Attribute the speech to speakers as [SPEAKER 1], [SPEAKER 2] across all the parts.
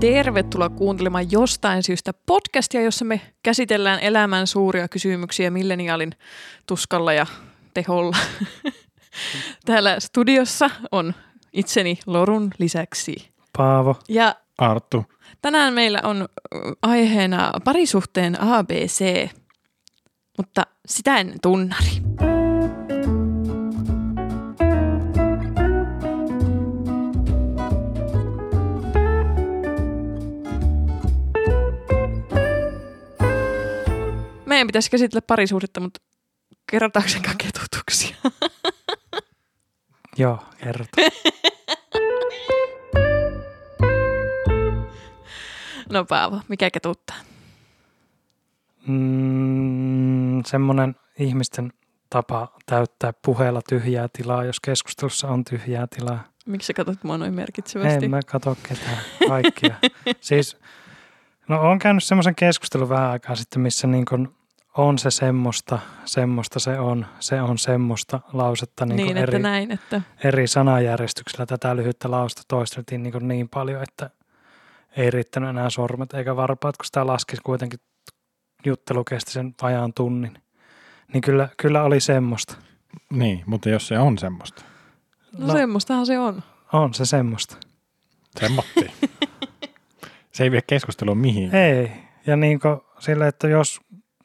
[SPEAKER 1] Tervetuloa kuuntelemaan jostain syystä podcastia, jossa me käsitellään elämän suuria kysymyksiä milleniaalin tuskalla ja teholla. Täällä studiossa on itseni Lorun lisäksi.
[SPEAKER 2] Paavo,
[SPEAKER 1] Ja
[SPEAKER 2] Arttu.
[SPEAKER 1] tänään meillä on ö, aiheena parisuhteen ABC, mutta sitä en tunnari. Meidän pitäisi käsitellä parisuhdetta, mutta kerrotaanko sen ketutuksia?
[SPEAKER 2] Joo, kerrota.
[SPEAKER 1] No Paavo, mikä ketuttaa?
[SPEAKER 2] Mm, semmoinen ihmisten tapa täyttää puheella tyhjää tilaa, jos keskustelussa on tyhjää tilaa.
[SPEAKER 1] Miksi sä katsot mua noin merkitsevästi?
[SPEAKER 2] En mä katso ketään, kaikkia. siis, no on käynyt semmoisen keskustelun vähän aikaa sitten, missä niin kun on se semmoista, semmoista se on, se on semmoista lausetta niin,
[SPEAKER 1] niin,
[SPEAKER 2] niin
[SPEAKER 1] että
[SPEAKER 2] eri,
[SPEAKER 1] näin, että
[SPEAKER 2] eri sanajärjestyksellä tätä lyhyttä lausta toisteltiin niin, kuin niin paljon, että ei riittänyt enää sormet eikä varpaat, kun sitä laskisi kuitenkin juttelu kesti sen vajaan tunnin. Niin kyllä, kyllä oli semmoista.
[SPEAKER 3] Niin, mutta jos se on semmoista.
[SPEAKER 1] no,
[SPEAKER 2] No.
[SPEAKER 1] no semmoistahan se on.
[SPEAKER 2] On se semmoista.
[SPEAKER 3] Semmotti. se ei vie keskustelua mihin.
[SPEAKER 2] Ei. Ja niin kuin sille, että jos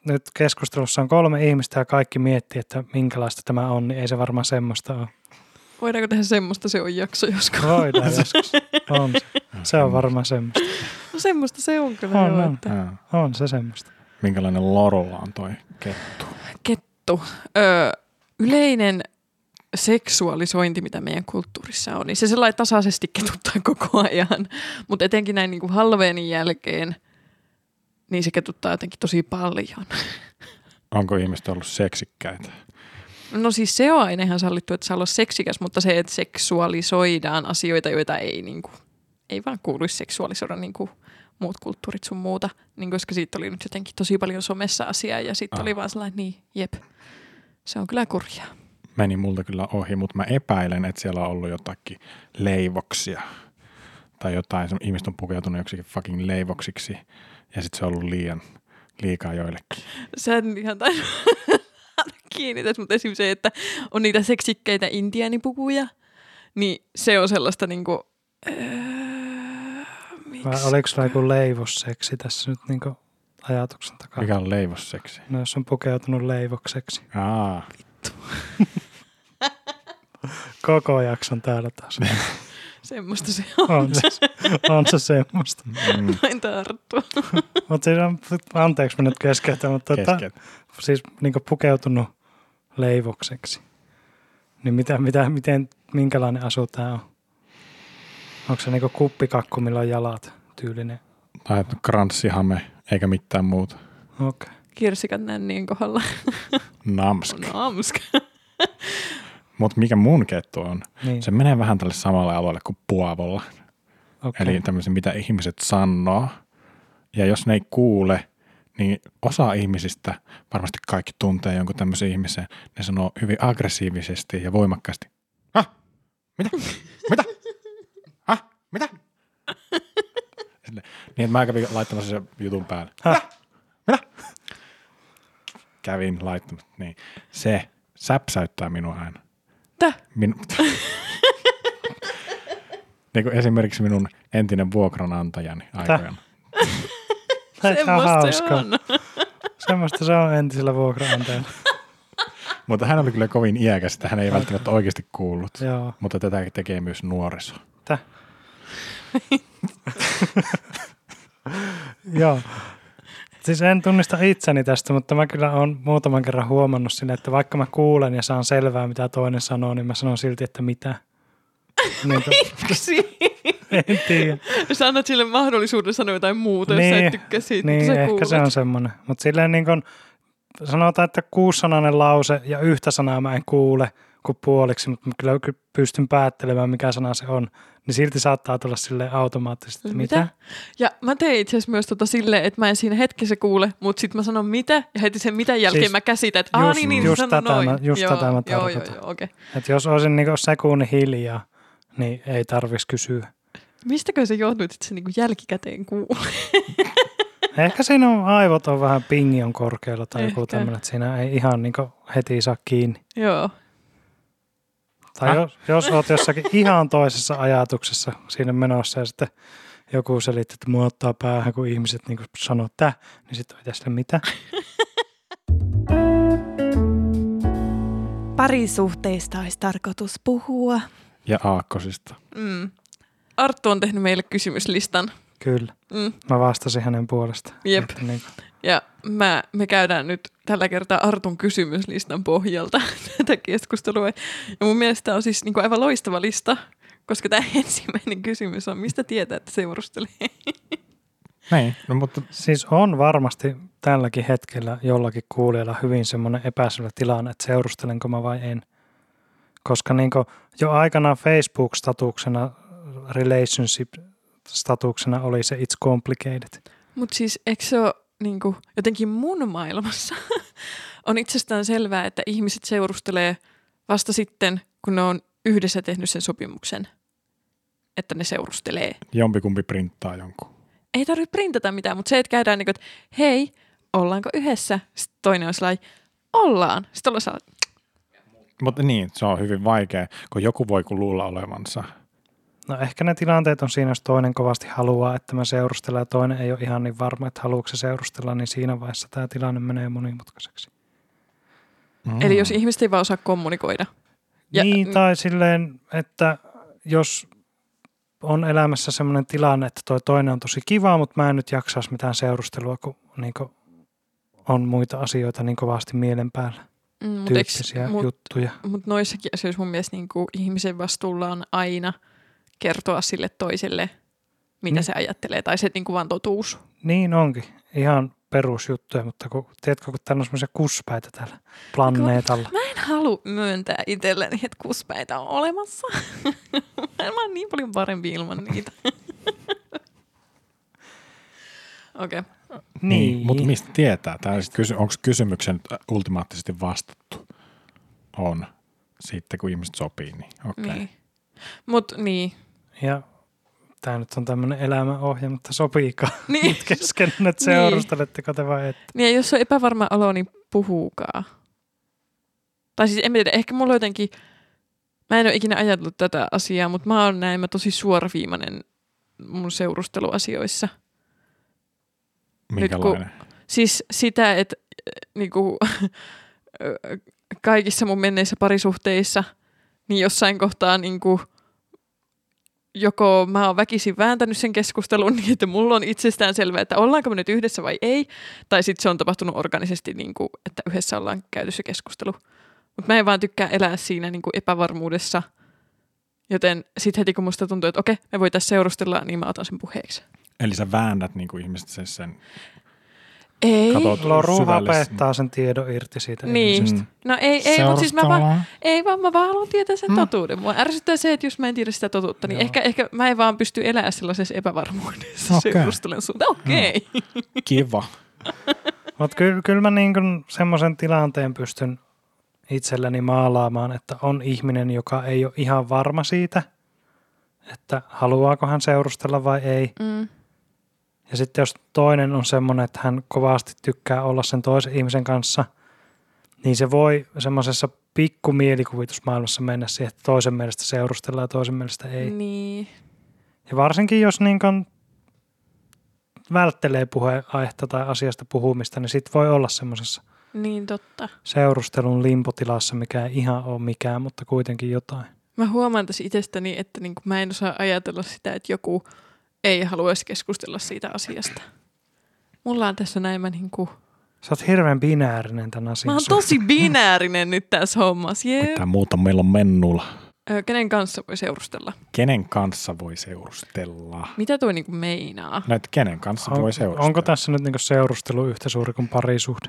[SPEAKER 2] nyt keskustelussa on kolme ihmistä ja kaikki miettii, että minkälaista tämä on, niin ei se varmaan semmoista ole.
[SPEAKER 1] Voidaanko tehdä semmoista se on jakso joskus?
[SPEAKER 2] Voidaan joskus. On se. se on varmaan semmoista.
[SPEAKER 1] No semmoista se on kyllä.
[SPEAKER 2] On,
[SPEAKER 1] joo,
[SPEAKER 2] on.
[SPEAKER 1] Että.
[SPEAKER 3] Jaa.
[SPEAKER 2] On se semmoista.
[SPEAKER 3] Minkälainen lorolla on toi kettu?
[SPEAKER 1] Kettu. Öö, yleinen seksuaalisointi, mitä meidän kulttuurissa on, niin se sellainen tasaisesti ketuttaa koko ajan. Mutta etenkin näin niin kuin halveenin jälkeen, niin se ketuttaa jotenkin tosi paljon.
[SPEAKER 3] Onko ihmiset ollut seksikkäitä?
[SPEAKER 1] No siis se on aina ihan sallittu, että saa olla seksikäs, mutta se, että seksuaalisoidaan asioita, joita ei, niin kuin, ei vaan kuuluisi seksuaalisoida niin kuin muut kulttuurit sun muuta, niin koska siitä oli nyt jotenkin tosi paljon somessa asiaa ja sitten
[SPEAKER 3] Ah.
[SPEAKER 1] oli vaan sellainen, niin jep, se on kyllä kurjaa.
[SPEAKER 3] Meni multa kyllä ohi, mutta mä epäilen, että siellä on ollut jotakin leivoksia. Tai jotain, se- ihmiset on pukeutunut joksikin fucking leivoksiksi. Ja sitten se on ollut liian, liikaa joillekin.
[SPEAKER 1] Sä et nyt ihan taida kiinnitäs, mutta esimerkiksi se, että on niitä seksikkeitä intiaanipukuja, niin se on sellaista niinku... Öö,
[SPEAKER 2] Vai
[SPEAKER 1] miksi?
[SPEAKER 2] oliko sulla joku leivosseksi tässä nyt niin ajatuksen takana?
[SPEAKER 3] Mikä on leivosseksi?
[SPEAKER 2] No jos on pukeutunut leivokseksi.
[SPEAKER 3] Aa,
[SPEAKER 2] Koko jakson täällä taas.
[SPEAKER 1] Semmoista se on.
[SPEAKER 2] On se, on se semmoista.
[SPEAKER 3] mm,
[SPEAKER 1] Noin tarttua.
[SPEAKER 2] Mutta siis on, anteeksi mä nyt keskeytän, mutta tota,
[SPEAKER 3] kesken.
[SPEAKER 2] siis niin pukeutunut leivokseksi. Niin mitä, mitä, miten, minkälainen asu tää on? Onko se niinku kuppikakku, millä on jalat tyylinen?
[SPEAKER 3] Tai että kranssihame, eikä mitään muuta.
[SPEAKER 2] Okei.
[SPEAKER 1] Kirsikat nännien kohdalla.
[SPEAKER 3] Nams.
[SPEAKER 1] No amska.
[SPEAKER 3] Mutta mikä mun kettu on?
[SPEAKER 2] Niin,
[SPEAKER 3] Se menee vähän tälle samalle alueelle kuin puavolla.
[SPEAKER 2] okei.
[SPEAKER 3] Eli tämmöisen, mitä ihmiset sanoo. Ja jos ne ei kuule, niin osa ihmisistä, varmasti kaikki tuntee jonkun tämmöisen ihmisen, ne sanoo hyvin aggressiivisesti ja voimakkaasti. Häh? Mitä? Mitä? Häh? Mitä? Sille- niin, että mä kävin laittamassa sen jutun päälle. Häh? Mitä? Kävin laittamassa. Niin. Se säpsäyttää minua aina.
[SPEAKER 1] Tä?
[SPEAKER 3] Min... niin kuin esimerkiksi minun entinen vuokranantajani aikoina.
[SPEAKER 2] Tää on
[SPEAKER 1] Semmoista se
[SPEAKER 2] hauskaa.
[SPEAKER 1] on.
[SPEAKER 2] Semmoista se on entisellä vuokranantajalla.
[SPEAKER 3] Mutta hän oli kyllä kovin iäkäs, että hän ei välttämättä oikeasti kuullut.
[SPEAKER 2] Joo.
[SPEAKER 3] Mutta tätä tekee myös nuoriso.
[SPEAKER 2] Tää. Joo. Siis en tunnista itseni tästä, mutta mä kyllä olen muutaman kerran huomannut sinne, että vaikka mä kuulen ja saan selvää, mitä toinen sanoo, niin mä sanon silti, että mitä. Niin, kuin-
[SPEAKER 1] Miksi?
[SPEAKER 2] en tiedä.
[SPEAKER 1] Sä annat sille mahdollisuuden sanoa jotain muuta, jos sä et tykkää siitä,
[SPEAKER 2] niin
[SPEAKER 1] mitä sä
[SPEAKER 2] ehkä
[SPEAKER 1] kuulet.
[SPEAKER 2] se on semmoinen. Mutta silleen niin kun, sanotaan, että kuussanainen lause ja yhtä sanaa mä en kuule kuin puoliksi, mutta kyllä ky- pystyn päättelemään, mikä sana se on. Niin silti saattaa tulla sille automaattisesti, että mitä?
[SPEAKER 1] Ja mä tein itse asiassa myös tota silleen, että mä en siinä hetkessä kuule, mutta sitten mä sanon mitä, ja heti sen mitä jälkeen
[SPEAKER 2] Siis
[SPEAKER 1] mä käsitän, että aah
[SPEAKER 2] just-
[SPEAKER 1] niin, niin
[SPEAKER 2] just
[SPEAKER 1] sano
[SPEAKER 2] tätä
[SPEAKER 1] noin.
[SPEAKER 2] mä- just
[SPEAKER 1] joo,
[SPEAKER 2] tätä mä
[SPEAKER 1] joo, joo,
[SPEAKER 2] tarkoitan.
[SPEAKER 1] joo, okei.
[SPEAKER 2] Et jos olisin niinku sekunnin hiljaa, niin ei tarvitsisi kysyä.
[SPEAKER 1] Mistäkö se johtui, että se niinku jälkikäteen kuulee?
[SPEAKER 2] Ehkä siinä on aivot on vähän pingion korkealla tai joku
[SPEAKER 1] Ehkä.
[SPEAKER 2] tämmöinen, että siinä ei ihan niin heti saa kiinni.
[SPEAKER 1] Joo.
[SPEAKER 2] Tai
[SPEAKER 1] Ah.
[SPEAKER 3] Häh?
[SPEAKER 2] jos, jos oot jossakin ihan toisessa ajatuksessa siinä menossa ja sitten joku selittää, että mua ottaa päähän, kun ihmiset niin sanoo tää, niin sitten ei sille mitä.
[SPEAKER 4] Parisuhteista olisi tarkoitus puhua.
[SPEAKER 3] Ja aakkosista.
[SPEAKER 1] Mm. Arttu on tehnyt meille kysymyslistan.
[SPEAKER 2] Kyllä.
[SPEAKER 1] Mm.
[SPEAKER 2] Mä vastasin hänen puolestaan.
[SPEAKER 1] Jep.
[SPEAKER 2] Että niin kuin,
[SPEAKER 1] Ja mä, me käydään nyt tällä kertaa Artun kysymyslistan pohjalta tätä keskustelua. Ja mun mielestä tää on siis niinku aivan loistava lista, koska tämä ensimmäinen kysymys on, mistä tietää, että seurustelee?
[SPEAKER 3] Niin, no, mutta
[SPEAKER 2] siis on varmasti tälläkin hetkellä jollakin kuulijalla hyvin semmoinen epäselvä tilanne, että seurustelenko mä vai en. Koska niin kuin jo aikanaan Facebook-statuksena, relationship-statuksena oli se it's complicated.
[SPEAKER 1] Mutta siis eikö se ole niinku, jotenkin mun maailmassa? on itsestään selvää, että ihmiset seurustelee vasta sitten, kun ne on yhdessä tehnyt sen sopimuksen, että ne seurustelee.
[SPEAKER 3] jompikumpi printtaa jonkun.
[SPEAKER 1] ei tarvitse printata mitään, mutta se, että käydään niin kuin, että hei, ollaanko yhdessä? Sitten toinen on sellainen, ollaan. Sitten ollaan sellainen,
[SPEAKER 3] Mutta niin, se on hyvin vaikea, kun joku voi kun luulla olevansa.
[SPEAKER 2] No ehkä ne tilanteet on siinä, jos toinen kovasti haluaa, että mä seurustelen ja toinen ei ole ihan niin varma, että haluatko se seurustella, niin siinä vaiheessa tämä tilanne menee monimutkaiseksi.
[SPEAKER 3] Mm.
[SPEAKER 1] eli jos ihmiset ei vaan osaa kommunikoida. Ja- mm.
[SPEAKER 2] Ja, niin, tai silleen, että jos on elämässä sellainen tilanne, että toi toinen on tosi kiva, mutta mä en nyt jaksaisi mitään seurustelua, kun niin on muita asioita niin kovasti mielen päällä,
[SPEAKER 1] Mm, mut eiks-
[SPEAKER 2] tyyppisiä
[SPEAKER 1] mut,
[SPEAKER 2] juttuja.
[SPEAKER 1] mut noissakin asioissa mun mielestä niin kuin, ihmisen vastuulla on aina kertoa sille toiselle, mitä
[SPEAKER 3] Mm.
[SPEAKER 2] Niin.
[SPEAKER 1] se ajattelee, tai se niin kuin vaan totuus.
[SPEAKER 2] Niin onkin, ihan perusjuttuja, mutta kun, tiedätkö, kun täällä on semmoisia kuspäitä täällä planeetalla.
[SPEAKER 1] Mä en halua myöntää itselleni, että kuspäitä on olemassa. Mä oon niin paljon parempi ilman niitä. Okei. Okay.
[SPEAKER 3] Niin, niin. mutta mistä tietää? Tää sit Kysy, onko kysymyksen nyt ultimaattisesti vastattu? On. Sitten kun ihmiset sopii, niin okei. Okay.
[SPEAKER 1] Niin. Mut niin.
[SPEAKER 2] Ja tämä nyt on tämmöinen elämäohje, mutta sopiikaa
[SPEAKER 1] Niin.
[SPEAKER 2] kesken, että seurusteletteko te vai et.
[SPEAKER 1] niin ja jos on epävarma olo, niin puhukaa. Tai siis en tiedä, ehkä mulla on jotenkin, mä en ole ikinä ajatellut tätä asiaa, mutta mä oon näin, mä tosi suoraviimainen mun seurusteluasioissa. Nyt kun-
[SPEAKER 3] Minkälainen?
[SPEAKER 1] Siis sitä, että äh, niinku, äh, kaikissa mun menneissä parisuhteissa, niin jossain kohtaa niinku, joko mä oon väkisin vääntänyt sen keskustelun niin, että mulla on itsestään selvää, että ollaanko me nyt yhdessä vai ei, tai sitten se on tapahtunut organisesti, niinku, että yhdessä ollaan käyty se keskustelu. Mutta mä en vaan tykkää elää siinä niinku, epävarmuudessa, joten sitten heti kun musta tuntuu, että okei, me voitaisiin seurustella, niin mä otan sen puheeksi.
[SPEAKER 3] Eli sä väännät niin kuin ihmiset sen, sen
[SPEAKER 1] Ei.
[SPEAKER 3] katot
[SPEAKER 2] Loru
[SPEAKER 3] syvällisesti.
[SPEAKER 2] hapettaa sen tiedon irti siitä.
[SPEAKER 1] Niin.
[SPEAKER 2] ihmisestä.
[SPEAKER 3] Mm.
[SPEAKER 1] No ei, ei mutta siis mä vaan,
[SPEAKER 3] Seuraava.
[SPEAKER 1] Ei vaan, mä vaan haluan tietää sen mm.
[SPEAKER 3] Mm.
[SPEAKER 1] totuuden. Mua ärsyttää se, että jos mä en tiedä sitä totuutta, niin
[SPEAKER 2] Joo.
[SPEAKER 1] ehkä, ehkä mä en vaan pysty elämään sellaisessa epävarmuudessa
[SPEAKER 3] Okei.
[SPEAKER 1] okay. seurustelen sun. Okei. Okay. Mm.
[SPEAKER 3] Kiva.
[SPEAKER 2] Mutta kyllä, kyllä mä niin semmoisen tilanteen pystyn itselläni maalaamaan, että on ihminen, joka ei ole ihan varma siitä, että haluaako hän seurustella vai ei.
[SPEAKER 1] Mm.
[SPEAKER 2] Ja sitten jos toinen on semmoinen, että hän kovasti tykkää olla sen toisen ihmisen kanssa, niin se voi semmoisessa pikkumielikuvitusmaailmassa mennä siihen, että toisen mielestä seurustellaan ja toisen mielestä ei. Mm.
[SPEAKER 1] Niin.
[SPEAKER 2] Ja varsinkin jos niin kun välttelee puheaihetta tai asiasta puhumista, niin sitten voi olla semmoisessa
[SPEAKER 1] niin, totta.
[SPEAKER 2] seurustelun limpotilassa, mikä ei ihan ole mikään, mutta kuitenkin jotain.
[SPEAKER 1] Mä huomaan tässä itsestäni, että niin mä en osaa ajatella sitä, että joku ei haluaisi keskustella siitä asiasta. Mulla on tässä näin, mä, niin kuin,
[SPEAKER 2] Sä oot hirveän binäärinen tämän
[SPEAKER 1] mä
[SPEAKER 2] asian.
[SPEAKER 1] oon
[SPEAKER 2] suhteen.
[SPEAKER 1] tosi binäärinen nyt tässä hommassa. Jee.
[SPEAKER 3] Mitä muuta meillä on mennulla?
[SPEAKER 1] Ö, Kenen kanssa voi seurustella?
[SPEAKER 3] Kenen kanssa voi seurustella?
[SPEAKER 1] Mitä toi niin kuin meinaa?
[SPEAKER 3] No, et kenen kanssa
[SPEAKER 2] On-
[SPEAKER 3] voi seurustella?
[SPEAKER 2] Onko tässä nyt niinku seurustelu yhtä suuri kuin parisuhde?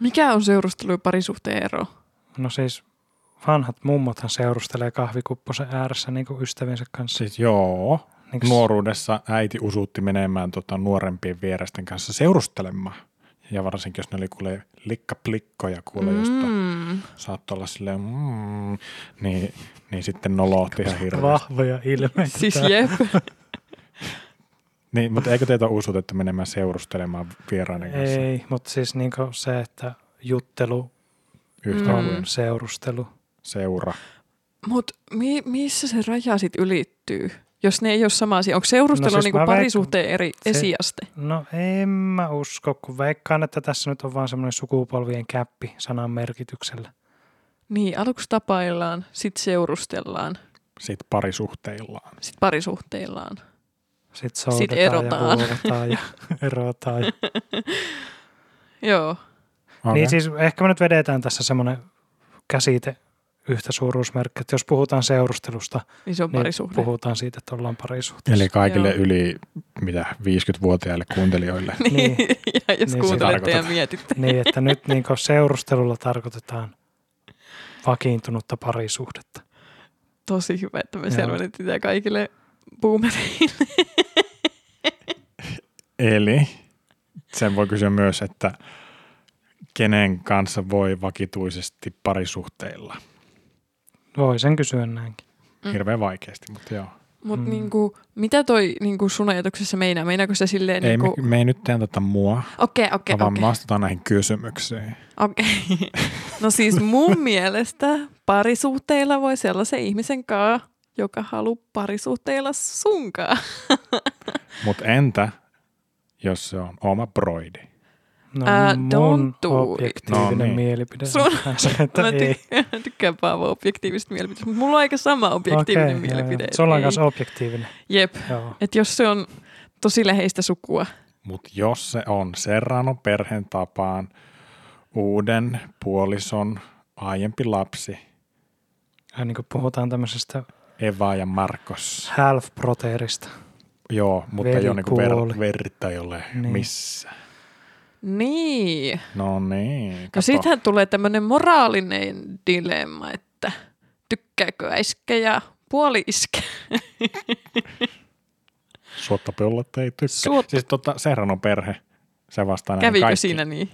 [SPEAKER 1] Mikä on seurustelu ja parisuhteen ero?
[SPEAKER 2] No siis vanhat mummothan seurustelee kahvikupposen ääressä niin kuin ystäviensä kanssa.
[SPEAKER 3] Siis joo.
[SPEAKER 2] Niin
[SPEAKER 3] Nuoruudessa äiti usuutti menemään tota, nuorempien vieresten kanssa seurustelemaan. Ja varsinkin, jos ne oli kuulee likkaplikkoja kuulee, mm. josta saattoi olla silleen, mm, niin, niin sitten nolootti ihan hirveästi.
[SPEAKER 2] Vahvoja ilmeitä.
[SPEAKER 1] Siis
[SPEAKER 2] tää.
[SPEAKER 1] jep.
[SPEAKER 3] Niin, mutta eikö teitä ole usutettu menemään seurustelemaan vieraiden kanssa
[SPEAKER 2] Ei, mutta siis niinku se, että juttelu
[SPEAKER 3] yhtä
[SPEAKER 1] Mm.
[SPEAKER 3] mm.
[SPEAKER 2] on seurustelu.
[SPEAKER 3] seura?
[SPEAKER 1] Mut mi- missä se raja sit ylittyy? Jos ne ei ole sama asia. Onko seurustelu
[SPEAKER 2] No
[SPEAKER 1] no siis
[SPEAKER 2] siis
[SPEAKER 1] niinku
[SPEAKER 2] mä veikkaan-
[SPEAKER 1] parisuhteen eri
[SPEAKER 2] se-
[SPEAKER 1] esiaste?
[SPEAKER 2] No en mä usko, kun veikkaan, että tässä nyt on vaan semmoinen sukupolvien käppi sanan merkityksellä.
[SPEAKER 1] Niin, aluksi tapaillaan, sit seurustellaan,
[SPEAKER 3] Siitä parisuhteillaan.
[SPEAKER 1] sit parisuhteillaan.
[SPEAKER 2] Sitten soudetaan ja
[SPEAKER 1] erotaan.
[SPEAKER 2] huudetaan ja erotaan. Ja.
[SPEAKER 1] Joo.
[SPEAKER 3] Okay.
[SPEAKER 2] Niin siis ehkä me nyt vedetään tässä semmoinen käsite yhtä suuruusmerkki, että jos puhutaan seurustelusta,
[SPEAKER 1] Niin se on
[SPEAKER 2] niin
[SPEAKER 1] parisuhde.
[SPEAKER 2] puhutaan siitä, että ollaan parisuhteessa.
[SPEAKER 3] Eli kaikille
[SPEAKER 1] Joo.
[SPEAKER 3] Joo. yli mitä 50-vuotiaille kuuntelijoille.
[SPEAKER 1] Niin.
[SPEAKER 2] Niin.
[SPEAKER 1] ja jos
[SPEAKER 2] Niin se
[SPEAKER 1] niin kuuntelette ja
[SPEAKER 3] tarkoitetaan.
[SPEAKER 1] mietitte.
[SPEAKER 2] Niin, että nyt niin seurustelulla tarkoitetaan vakiintunutta parisuhdetta.
[SPEAKER 1] Tosi hyvä, että me
[SPEAKER 2] Joo.
[SPEAKER 1] selvennettiin tämä kaikille boomereille.
[SPEAKER 3] Eli sen voi kysyä myös, että kenen kanssa voi vakituisesti parisuhteilla.
[SPEAKER 2] Voi sen kysyä näinkin.
[SPEAKER 1] Mm.
[SPEAKER 3] Hirveän vaikeasti, mutta joo.
[SPEAKER 1] Mutta
[SPEAKER 2] Mm.
[SPEAKER 1] mm. niinku, mitä toi niinku sun ajatuksessa meinaa? Meinaako se silleen...
[SPEAKER 3] Ei, me,
[SPEAKER 1] niinku...
[SPEAKER 3] me ei nyt tee tätä mua,
[SPEAKER 1] Okei, okei,
[SPEAKER 3] okay, vaan okay.
[SPEAKER 1] okei.
[SPEAKER 3] me vastataan näihin kysymyksiin.
[SPEAKER 1] Okei. No siis mun mielestä parisuhteilla voi sellaisen ihmisen kaa, joka haluaa parisuhteilla sunkaan.
[SPEAKER 3] Mutta entä, jos se on oma broidi?
[SPEAKER 2] No,
[SPEAKER 1] Ää,
[SPEAKER 2] mun
[SPEAKER 1] don't do it.
[SPEAKER 2] objektiivinen
[SPEAKER 3] No niin.
[SPEAKER 2] mielipide
[SPEAKER 1] Sun-
[SPEAKER 2] on se, että
[SPEAKER 1] Mä
[SPEAKER 2] ei.
[SPEAKER 1] tykkään, tykkään Paavo objektiivisesta mielipiteestä, mutta mulla on aika sama objektiivinen okay,
[SPEAKER 2] joo, joo.
[SPEAKER 1] mielipide. et
[SPEAKER 2] Sulla on
[SPEAKER 1] ei.
[SPEAKER 2] kanssa objektiivinen.
[SPEAKER 1] Jep,
[SPEAKER 2] Joo.
[SPEAKER 1] että jos se on tosi läheistä sukua.
[SPEAKER 3] Mutta jos se on Serrano perheen tapaan uuden puolison aiempi lapsi,
[SPEAKER 2] Ja niin kuin puhutaan tämmöisestä
[SPEAKER 3] Eva ja Markos.
[SPEAKER 2] half-proteerista.
[SPEAKER 3] Joo, mutta ei ole niinku
[SPEAKER 2] Velipuoli.
[SPEAKER 3] ver- verta ei ole
[SPEAKER 2] Niin.
[SPEAKER 3] niin. missä.
[SPEAKER 1] Niin.
[SPEAKER 3] No niin,
[SPEAKER 1] No
[SPEAKER 3] kato.
[SPEAKER 1] siitähän tulee tämmöinen moraalinen dilemma, että tykkääkö äiskä ja puoli iskä.
[SPEAKER 3] Suotta pöllöt ei tykkää.
[SPEAKER 1] Suotta.
[SPEAKER 3] Siis tota, Serranon perhe, se vastaa näihin
[SPEAKER 1] Kävikö
[SPEAKER 3] kaikkiin.
[SPEAKER 1] siinä niin?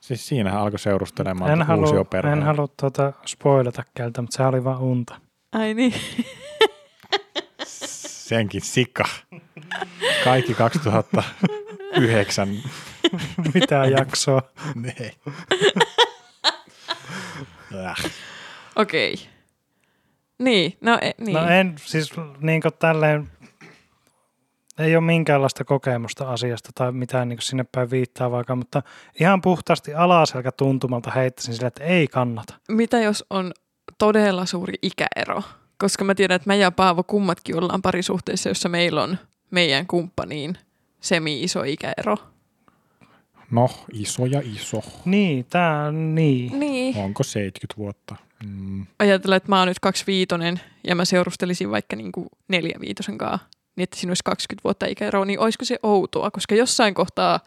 [SPEAKER 3] Siis siinähän alkoi seurustelemaan
[SPEAKER 2] En halua,
[SPEAKER 3] uusioperhe.
[SPEAKER 2] en halua tuota spoilata keltä, mutta sehän oli vaan unta.
[SPEAKER 1] Ai niin.
[SPEAKER 3] Senkin sika. Kaikki 2009.
[SPEAKER 2] Mitä jaksoa?
[SPEAKER 3] niin. Äh.
[SPEAKER 1] Okei. Niin, no e, niin.
[SPEAKER 2] No en, siis niin kuin tälleen, ei ole minkäänlaista kokemusta asiasta tai mitään niin sinne päin viittaa vaikka, mutta ihan puhtaasti alaselkä tuntumalta heittäisin sille, että ei kannata.
[SPEAKER 1] Mitä jos on todella suuri ikäero? Koska mä tiedän, että mä ja Paavo kummatkin ollaan parisuhteessa, jossa meillä on meidän kumppaniin semi-iso ikäero.
[SPEAKER 3] No, iso ja iso.
[SPEAKER 2] Niin, tää niin.
[SPEAKER 1] Niin.
[SPEAKER 3] Onko 70 vuotta? Mm.
[SPEAKER 1] Ajatellaan, että mä oon nyt 25 ja mä seurustelisin vaikka niinku 45 kanssa, niin että siinä olisi 20 vuotta ikäeroa, niin olisiko se outoa? Koska jossain kohtaa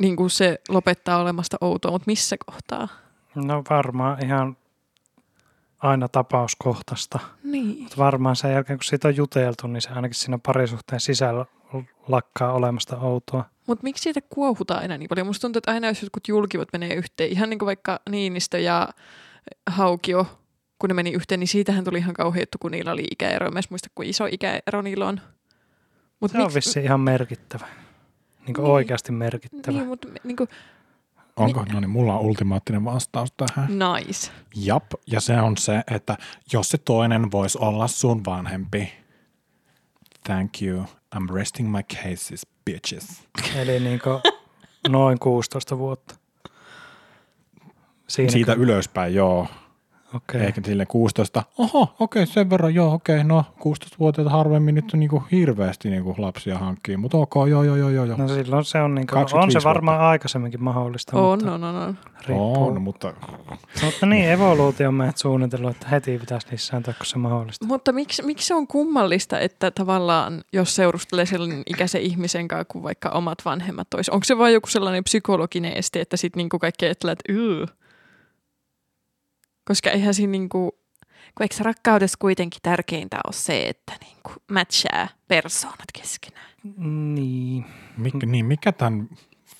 [SPEAKER 1] niin kuin se lopettaa olemasta outoa, mutta missä kohtaa?
[SPEAKER 2] No varmaan ihan aina tapauskohtaista.
[SPEAKER 1] Niin.
[SPEAKER 2] Mutta varmaan sen jälkeen, kun siitä on juteltu, niin se ainakin siinä parisuhteen sisällä lakkaa olemasta outoa.
[SPEAKER 1] Mutta miksi siitä kuohutaan aina niin paljon? Musta tuntuu, että aina jos jotkut julkivat menee yhteen, ihan niin kuin vaikka Niinistö ja eh, Haukio, kun ne meni yhteen, niin siitähän tuli ihan kauhea juttu, kun niillä oli ikäero. Mä en edes muista, kuin iso ikäero niillä on. Mut
[SPEAKER 2] Se on
[SPEAKER 1] miksi-
[SPEAKER 2] vissiin ihan merkittävä. Niin kuin
[SPEAKER 1] Niin.
[SPEAKER 2] oikeasti merkittävä.
[SPEAKER 1] Niin, mutta niin kuin,
[SPEAKER 3] Onko? No niin, mulla on ultimaattinen vastaus tähän.
[SPEAKER 1] nice.
[SPEAKER 3] Jap, ja se on se, että jos se toinen voisi olla sun vanhempi. Thank you. I'm resting my cases, bitches.
[SPEAKER 2] Eli niin kuin noin 16 vuotta. Siinä
[SPEAKER 3] Siitä ylöspäin, joo.
[SPEAKER 2] okay.
[SPEAKER 3] Okay. Ehkä sille 16. Oho, okei, okay, sen verran, joo, okei, okay, no 16-vuotiaita harvemmin nyt on niinku hirveästi niinku lapsia hankkii, mutta ok, joo, joo, joo, joo. joo.
[SPEAKER 2] No silloin se on, niin kuin, on
[SPEAKER 3] 25
[SPEAKER 2] se varmaan aikaisemminkin mahdollista,
[SPEAKER 1] On,
[SPEAKER 2] mutta
[SPEAKER 1] on, on, on.
[SPEAKER 2] riippuu.
[SPEAKER 3] on, mutta
[SPEAKER 2] Mutta niin, evoluutio on meidät suunnitellut, että heti pitäisi lisääntyä, kun se mahdollista.
[SPEAKER 1] Mutta miksi, miksi se on kummallista, että tavallaan jos seurustelee sellainen ikäisen ihmisen kanssa kuin vaikka omat vanhemmat olisi? Onko se vain joku sellainen psykologinen este, että sitten niinku kaikki ajattelee, että yö. Koska eihän siinä niinku,
[SPEAKER 4] Kun eikö rakkaudessa kuitenkin tärkeintä ole se, että niinku matchaa persoonat keskenään?
[SPEAKER 2] Niin.
[SPEAKER 3] mik, niin mikä tämän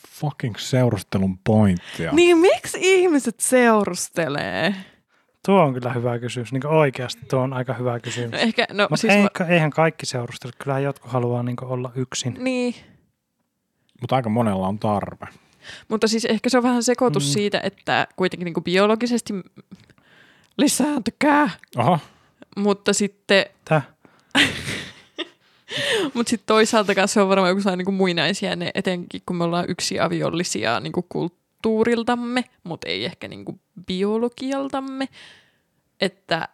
[SPEAKER 3] fucking seurustelun pointtia?
[SPEAKER 1] Niin miksi ihmiset seurustelee?
[SPEAKER 2] Tuo on kyllä hyvä kysymys. Niin oikeasti tuo on aika hyvä kysymys.
[SPEAKER 1] No ehkä, no
[SPEAKER 2] Mutta
[SPEAKER 1] siis...
[SPEAKER 2] siis ei,
[SPEAKER 1] va-
[SPEAKER 2] eihän kaikki seurustele. Kyllähän jotkut haluaa niin olla yksin.
[SPEAKER 1] Niin,
[SPEAKER 3] Mutta aika monella on tarve.
[SPEAKER 1] mutta siis ehkä se on vähän sekoitus
[SPEAKER 2] Mm.
[SPEAKER 1] mm. siitä, että kuitenkin niin kuin biologisesti lisääntykää,
[SPEAKER 3] Oho,
[SPEAKER 1] mutta sitten
[SPEAKER 2] Täh?
[SPEAKER 1] Mutta sitten toisaalta kanssa se on varmaan joku sellainen niin muinaisia, ne, etenkin kun me ollaan yksi aviollisia niin kuin kulttuuriltamme, mutta ei ehkä niin kuin biologialtamme. Että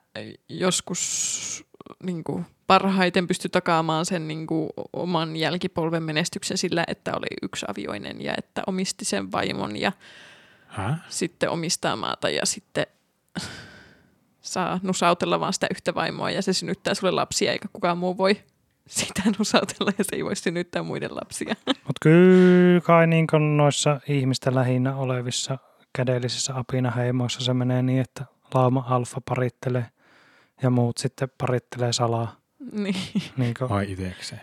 [SPEAKER 1] joskus niin kuin parhaiten pysty takaamaan sen niin kuin oman jälkipolven menestyksen sillä, että oli yksi avioinen ja että omisti sen vaimon ja
[SPEAKER 3] Häh?
[SPEAKER 1] sitten omistaa maata ja sitten saa nusautella vaan sitä yhtä vaimoa ja se synnyttää sulle lapsia eikä kukaan muu voi sitä nusautella ja se ei voi synnyttää muiden lapsia.
[SPEAKER 2] Mutta kyllä kai niin kuin noissa ihmistä lähinnä olevissa kädellisissä apinaheimoissa se menee niin, että lauma alfa parittelee ja muut sitten parittelee salaa.
[SPEAKER 1] Niin.
[SPEAKER 2] Niin kuin,
[SPEAKER 3] Vai itekseen?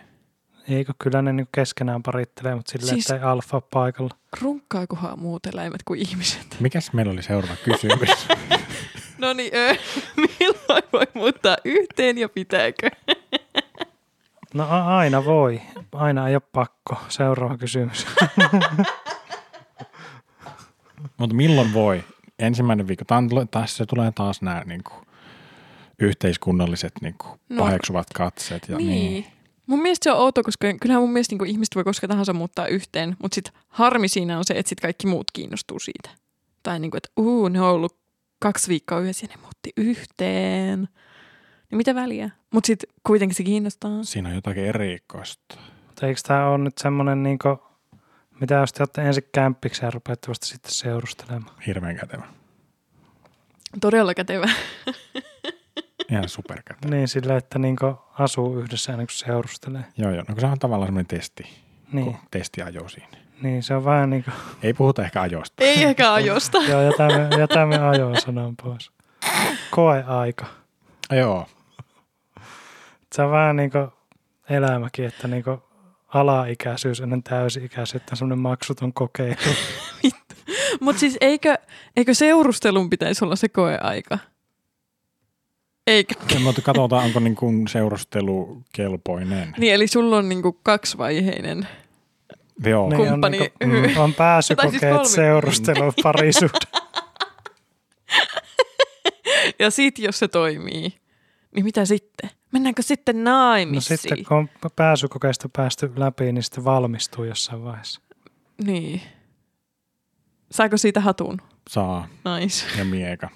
[SPEAKER 2] eikö kyllä ne niin keskenään parittelee, mutta silleen,
[SPEAKER 1] Siis-
[SPEAKER 2] siis... että ei alfa ole paikalla.
[SPEAKER 1] Runkkaakohan muut eläimet kuin ihmiset?
[SPEAKER 3] Mikäs meillä oli seuraava kysymys?
[SPEAKER 1] No niin, öö, milloin voi muuttaa yhteen ja pitääkö?
[SPEAKER 2] No a- aina voi. Aina ei ole pakko. Seuraava kysymys.
[SPEAKER 3] Mutta milloin voi? Ensimmäinen viikko. Tää on, tässä tulee taas nämä niinku, yhteiskunnalliset niinku,
[SPEAKER 1] No.
[SPEAKER 3] paheksuvat katseet. Ja, niin.
[SPEAKER 1] Mun mielestä se on outo, koska kyllähän mun mielestä niin kuin ihmiset voi koska tahansa muuttaa yhteen, mutta sit harmi siinä on se, että sit kaikki muut kiinnostuu siitä. Tai niin kuin, että uu, ne on ollut kaksi viikkoa yhdessä ja ne muutti yhteen. Niin mitä väliä? Mutta sit kuitenkin se kiinnostaa.
[SPEAKER 3] Siinä on jotakin erikoista.
[SPEAKER 2] mutta eikö tämä ole nyt semmoinen, niin kuin, mitä jos te olette ensin kämppikseen ja rupeatte vasta sitten seurustelemaan?
[SPEAKER 3] Hirveän kätevä.
[SPEAKER 1] Todella kätevä.
[SPEAKER 3] Ihan superkätevä.
[SPEAKER 2] Niin silleen, että niin kuin asuu yhdessä ennen kuin seurustelee.
[SPEAKER 3] Joo, joo. No kun se on tavallaan semmoinen testi.
[SPEAKER 2] Niin,
[SPEAKER 3] Niin. Testi ajo siinä.
[SPEAKER 2] niin se on vähän niin kuin
[SPEAKER 3] Ei puhuta ehkä ajoista.
[SPEAKER 1] Ei ehkä ajosta.
[SPEAKER 2] Joo, jätämme, jätämme ajosanan pois. Koeaika.
[SPEAKER 3] Ah, Joo.
[SPEAKER 2] Se on vähän niin kuin elämäkin, että niin kuin alaikäisyys ennen täysi-ikäisyyttä on semmoinen maksuton kokeilu.
[SPEAKER 1] Mutta siis eikö, eikö seurustelun pitäisi olla se koeaika? Eikö?
[SPEAKER 3] Ja mutta katsotaan, onko niinku seurustelu kelpoinen.
[SPEAKER 1] Niin, eli sulla on niinku kaksivaiheinen.
[SPEAKER 3] Joo.
[SPEAKER 2] Niin on,
[SPEAKER 1] Kumppani-
[SPEAKER 2] niin kuin, on pääsykokeet,
[SPEAKER 1] Tai siis kolmi-
[SPEAKER 2] siis seurustelu, parisuhde.
[SPEAKER 1] Ja sit jos se toimii, niin mitä sitten? Mennäänkö sitten naimisiin?
[SPEAKER 2] No sitten kun on pääsykokeista päästy läpi, niin sitten valmistuu jossain vaiheessa.
[SPEAKER 1] Niin. Saako siitä hatun?
[SPEAKER 3] Saa
[SPEAKER 1] Nice.
[SPEAKER 3] ja mieka.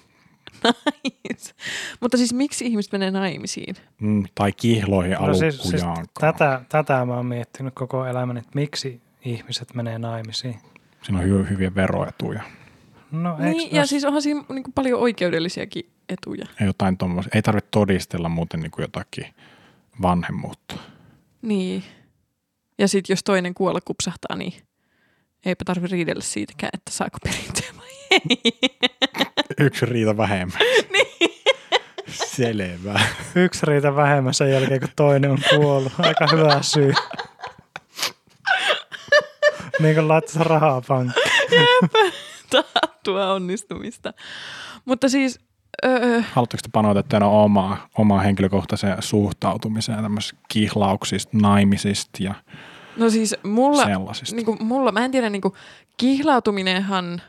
[SPEAKER 1] nice. Mutta siis miksi ihmiset menee naimisiin?
[SPEAKER 3] Mm, tai kihloihin
[SPEAKER 2] No siis- siis
[SPEAKER 3] alukkujaankaan.
[SPEAKER 2] Tätä, tätä mä oon miettinyt koko elämäni, että miksi ihmiset menee naimisiin.
[SPEAKER 3] Siinä on hy- hyviä veroetuja.
[SPEAKER 2] No, eiks
[SPEAKER 1] Niin, ja
[SPEAKER 2] noissa-
[SPEAKER 1] siis onhan siinä niinku paljon oikeudellisiakin etuja.
[SPEAKER 3] Ei Jotain tommosia. Ei tarvitse todistella muuten niinku jotakin vanhemmuutta.
[SPEAKER 1] Niin. Ja sitten jos toinen kuolla kupsahtaa, niin eipä tarvi riidellä siitäkään, että saako perintöä vai ei.
[SPEAKER 3] Yksi riita vähemmän. niin. Selvä.
[SPEAKER 2] Yksi riitä vähemmän sen jälkeen, kun toinen on kuollut. Aika hyvä syy. Niin kuin laittaa rahaa pankkiin.
[SPEAKER 1] Taattua onnistumista. Mutta siis, öö,
[SPEAKER 3] Haluatteko te panoita teidän omaa, omaa henkilökohtaiseen suhtautumiseen tämmöisistä kihlauksista, naimisista ja
[SPEAKER 1] no siis mulla,
[SPEAKER 3] sellaisista?
[SPEAKER 1] niin kuin mulla, mä en tiedä, niin kuin kihlautuminenhan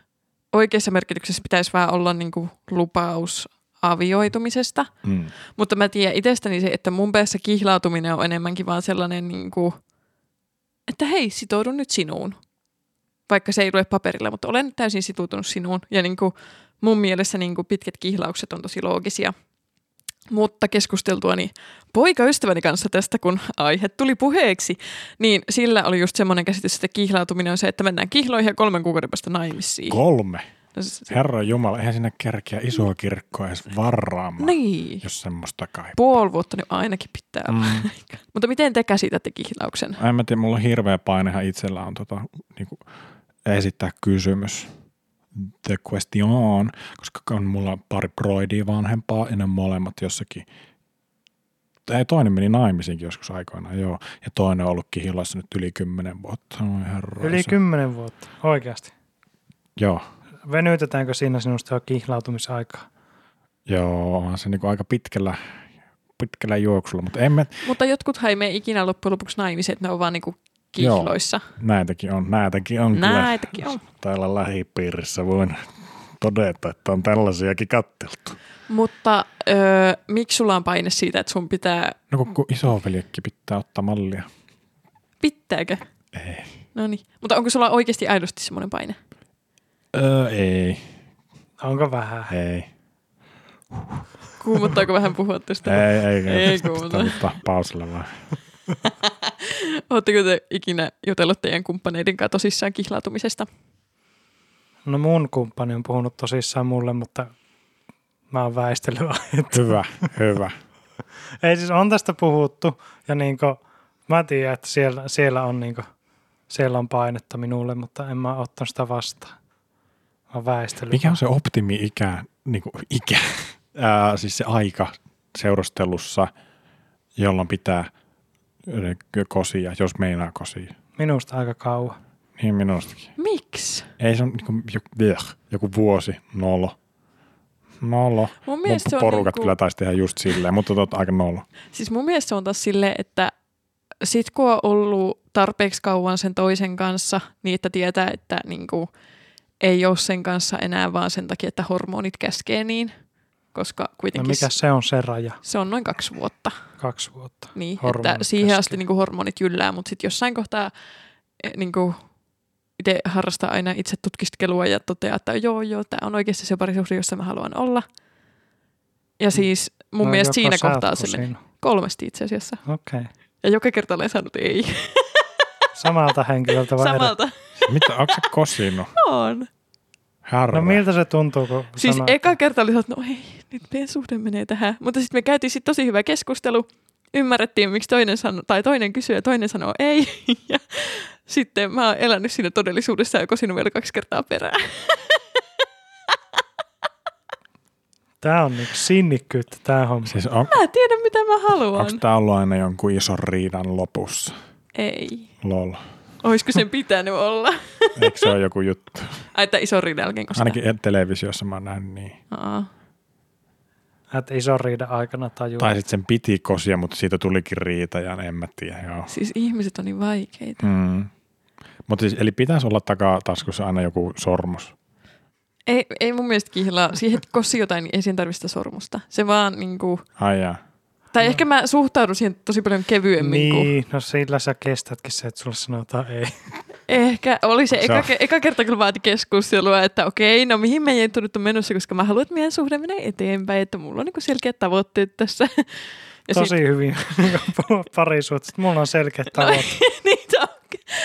[SPEAKER 1] oikeassa merkityksessä pitäisi vaan olla niin kuin lupaus avioitumisesta,
[SPEAKER 3] Mm.
[SPEAKER 1] mutta mä tiedän itsestäni se, että mun päässä kihlautuminen on enemmänkin vaan sellainen, niin kuin, että hei, sitoudun nyt sinuun. Vaikka se ei lue paperilla, mutta olen täysin sitoutunut sinuun. Ja niin kuin mun mielessä niin kuin pitkät kihlaukset on tosi loogisia. Mutta keskusteltuani poikaystäväni kanssa tästä, kun aihe tuli puheeksi, niin sillä oli just semmoinen käsitys, että kihlautuminen on se, että mennään kihloihin ja kolmen kuukauden päästä naimisiin.
[SPEAKER 3] Kolme.
[SPEAKER 1] No, se, se,
[SPEAKER 3] Herra Jumala, eihän sinä kerkeä isoa kirkkoa edes varaamaan,
[SPEAKER 1] niin,
[SPEAKER 3] jos semmoista kai.
[SPEAKER 1] puoli vuotta nyt ainakin pitää olla.
[SPEAKER 3] Mm.
[SPEAKER 1] Mutta miten te käsitätte kihlauksen?
[SPEAKER 3] En mä tiedä, mulla on hirveä painehan itsellä on tota, niinku, esittää kysymys. The question, koska on mulla pari broidia vanhempaa ja ne on molemmat jossakin ei, toinen meni naimisiinkin joskus aikoinaan, joo. Ja toinen on ollut kihilassa nyt yli kymmenen vuotta. No, herra,
[SPEAKER 2] Yli kymmenen vuotta, oikeasti.
[SPEAKER 3] Joo,
[SPEAKER 2] Venytetäänkö siinä sinusta jo kihlautumisaikaa?
[SPEAKER 3] joo, onhan se niin aika pitkällä, pitkällä juoksulla, mutta emme,
[SPEAKER 1] Mutta jotkut ei mene ikinä loppujen lopuksi naimisiin, että ne on vaan niinku kihloissa.
[SPEAKER 3] näitäkin on, näitäkin on kyllä.
[SPEAKER 1] Näitäkin on.
[SPEAKER 3] täällä lähipiirissä voin todeta, että on tällaisiakin katteltu.
[SPEAKER 1] Mutta öö, miksi sulla on paine siitä, että sun pitää,
[SPEAKER 3] No kun, kun isoveljekin pitää ottaa mallia.
[SPEAKER 1] pitääkö?
[SPEAKER 3] Ei.
[SPEAKER 1] No niin. Mutta onko sulla oikeasti aidosti semmoinen paine?
[SPEAKER 3] Öö, ei,
[SPEAKER 2] Onko vähän?
[SPEAKER 3] ei.
[SPEAKER 1] Kuumottaako vähän puhua tästä?
[SPEAKER 3] Ei, ei,
[SPEAKER 1] Ei
[SPEAKER 3] Sitä
[SPEAKER 1] kuuta.
[SPEAKER 3] ottaa pausilla vaan.
[SPEAKER 1] Oletteko te ikinä jutellut teidän kumppaneiden kanssa tosissaan kihlautumisesta?
[SPEAKER 2] No mun kumppani on puhunut tosissaan mulle, mutta mä oon väistellyt aihetta.
[SPEAKER 3] Hyvä, hyvä.
[SPEAKER 2] Ei siis on tästä puhuttu ja niinku, mä tiedän, että siellä, siellä, on niinku, siellä on painetta minulle, mutta en mä ottanut sitä vastaan. Mä oon väistellyt.
[SPEAKER 3] Mikä on se optimi-ikä, niin kuin ikä, ää, siis se aika seurustelussa, jolloin pitää ö, kosia, jos meinaa kosia.
[SPEAKER 2] Minusta aika kauan.
[SPEAKER 3] Niin minustakin.
[SPEAKER 1] Miksi?
[SPEAKER 3] Ei se on niin kuin, joku vuosi, nolo. Nolo.
[SPEAKER 1] Mun
[SPEAKER 3] Mun
[SPEAKER 1] mielestä se on
[SPEAKER 3] porukat
[SPEAKER 1] niinku-
[SPEAKER 3] kyllä taisi tehdä just silleen, mutta tota aika nolo.
[SPEAKER 1] Siis mun mielestä se on taas silleen, että sit kun on ollut tarpeeksi kauan sen toisen kanssa, niin että tietää, että niinku, ei ole sen kanssa enää vaan sen takia, että hormonit käskee niin, koska
[SPEAKER 2] No
[SPEAKER 1] kuitenkin
[SPEAKER 2] mikä
[SPEAKER 1] s-
[SPEAKER 2] se on se raja?
[SPEAKER 1] se on noin kaksi vuotta.
[SPEAKER 2] Kaksi vuotta.
[SPEAKER 1] Niin, että
[SPEAKER 2] Hormonit
[SPEAKER 1] siihen asti
[SPEAKER 2] käskee.
[SPEAKER 1] niinku hormonit jyllää, mutta sitten jossain kohtaa eh, niinku, itse harrastaa aina itse tutkiskelua ja toteaa, että joo, joo, tämä on oikeasti se parisuhde, jossa mä haluan olla.
[SPEAKER 2] Mm.
[SPEAKER 1] Ja siis mun no, mielestä
[SPEAKER 2] joko
[SPEAKER 1] siinä
[SPEAKER 2] sä oot
[SPEAKER 1] kohtaa
[SPEAKER 2] kuin
[SPEAKER 1] sille
[SPEAKER 2] sinä.
[SPEAKER 1] kolmesti itse asiassa.
[SPEAKER 2] Okei.
[SPEAKER 1] Ja joka kerta olen saanut ei.
[SPEAKER 2] Samalta henkilöltä vai eri?
[SPEAKER 1] Samalta
[SPEAKER 3] Mitä, onko se kosinut?
[SPEAKER 1] on.
[SPEAKER 3] Härrä.
[SPEAKER 2] No miltä se tuntuu, kun
[SPEAKER 1] Siis
[SPEAKER 2] sanoo,
[SPEAKER 1] eka kerta oli, se, että no ei, nyt meidän suhde menee tähän. Mutta sitten me käytiin sit tosi hyvä keskustelu. Ymmärrettiin, miksi toinen, sano, tai toinen kysyy ja toinen sanoo ei. Ja sitten mä oon elänyt siinä todellisuudessa ja kosinut vielä kaksi kertaa perään.
[SPEAKER 2] Tämä on niinku sinnikkyyttä tämä homma.
[SPEAKER 3] Siis on,
[SPEAKER 1] Mä tiedän, mitä mä haluan.
[SPEAKER 3] onko tämä ollut aina jonkun ison riidan lopussa?
[SPEAKER 1] Ei.
[SPEAKER 3] Lol.
[SPEAKER 1] Olisiko sen pitänyt olla?
[SPEAKER 3] Eikö se ole joku juttu?
[SPEAKER 1] Ai, että iso riidan jälkeen koska.
[SPEAKER 3] Ainakin e- televisiossa mä oon nähnyt niin.
[SPEAKER 1] Aa.
[SPEAKER 2] Että ison riidan aikana tajuu.
[SPEAKER 3] Tai sitten sen piti kosia, mutta siitä tulikin riita ja en mä tiedä. Joo.
[SPEAKER 1] Siis ihmiset on niin vaikeita.
[SPEAKER 3] Mm. Mutta siis, eli pitäisi olla takataskussa aina joku sormus.
[SPEAKER 1] Ei, ei mun mielestä kihlaa. Siihen, että kosi jotain, niin ei siihen tarvitse sitä sormusta. Se vaan niinku...
[SPEAKER 3] Ai jaa.
[SPEAKER 1] Tai ehkä mä suhtaudun siihen tosi paljon kevyemmin No. niin. kuin...
[SPEAKER 2] Niin, no sillä sä kestätkin se, että sulle sanotaan ei.
[SPEAKER 1] Ehkä oli se, eka,
[SPEAKER 3] Se
[SPEAKER 1] ke- eka kerta kyllä vaati keskustelua, että okei, no mihin meidän juttu nyt on menossa, koska mä haluan, että meidän suhde menee eteenpäin, että mulla on niin selkeät tavoitteet tässä. Ja
[SPEAKER 2] Tosi hyvin puhua parisuhteesta. Mulla on selkeät
[SPEAKER 1] No,
[SPEAKER 2] tavoitteet.
[SPEAKER 1] Sit, niitä Niin,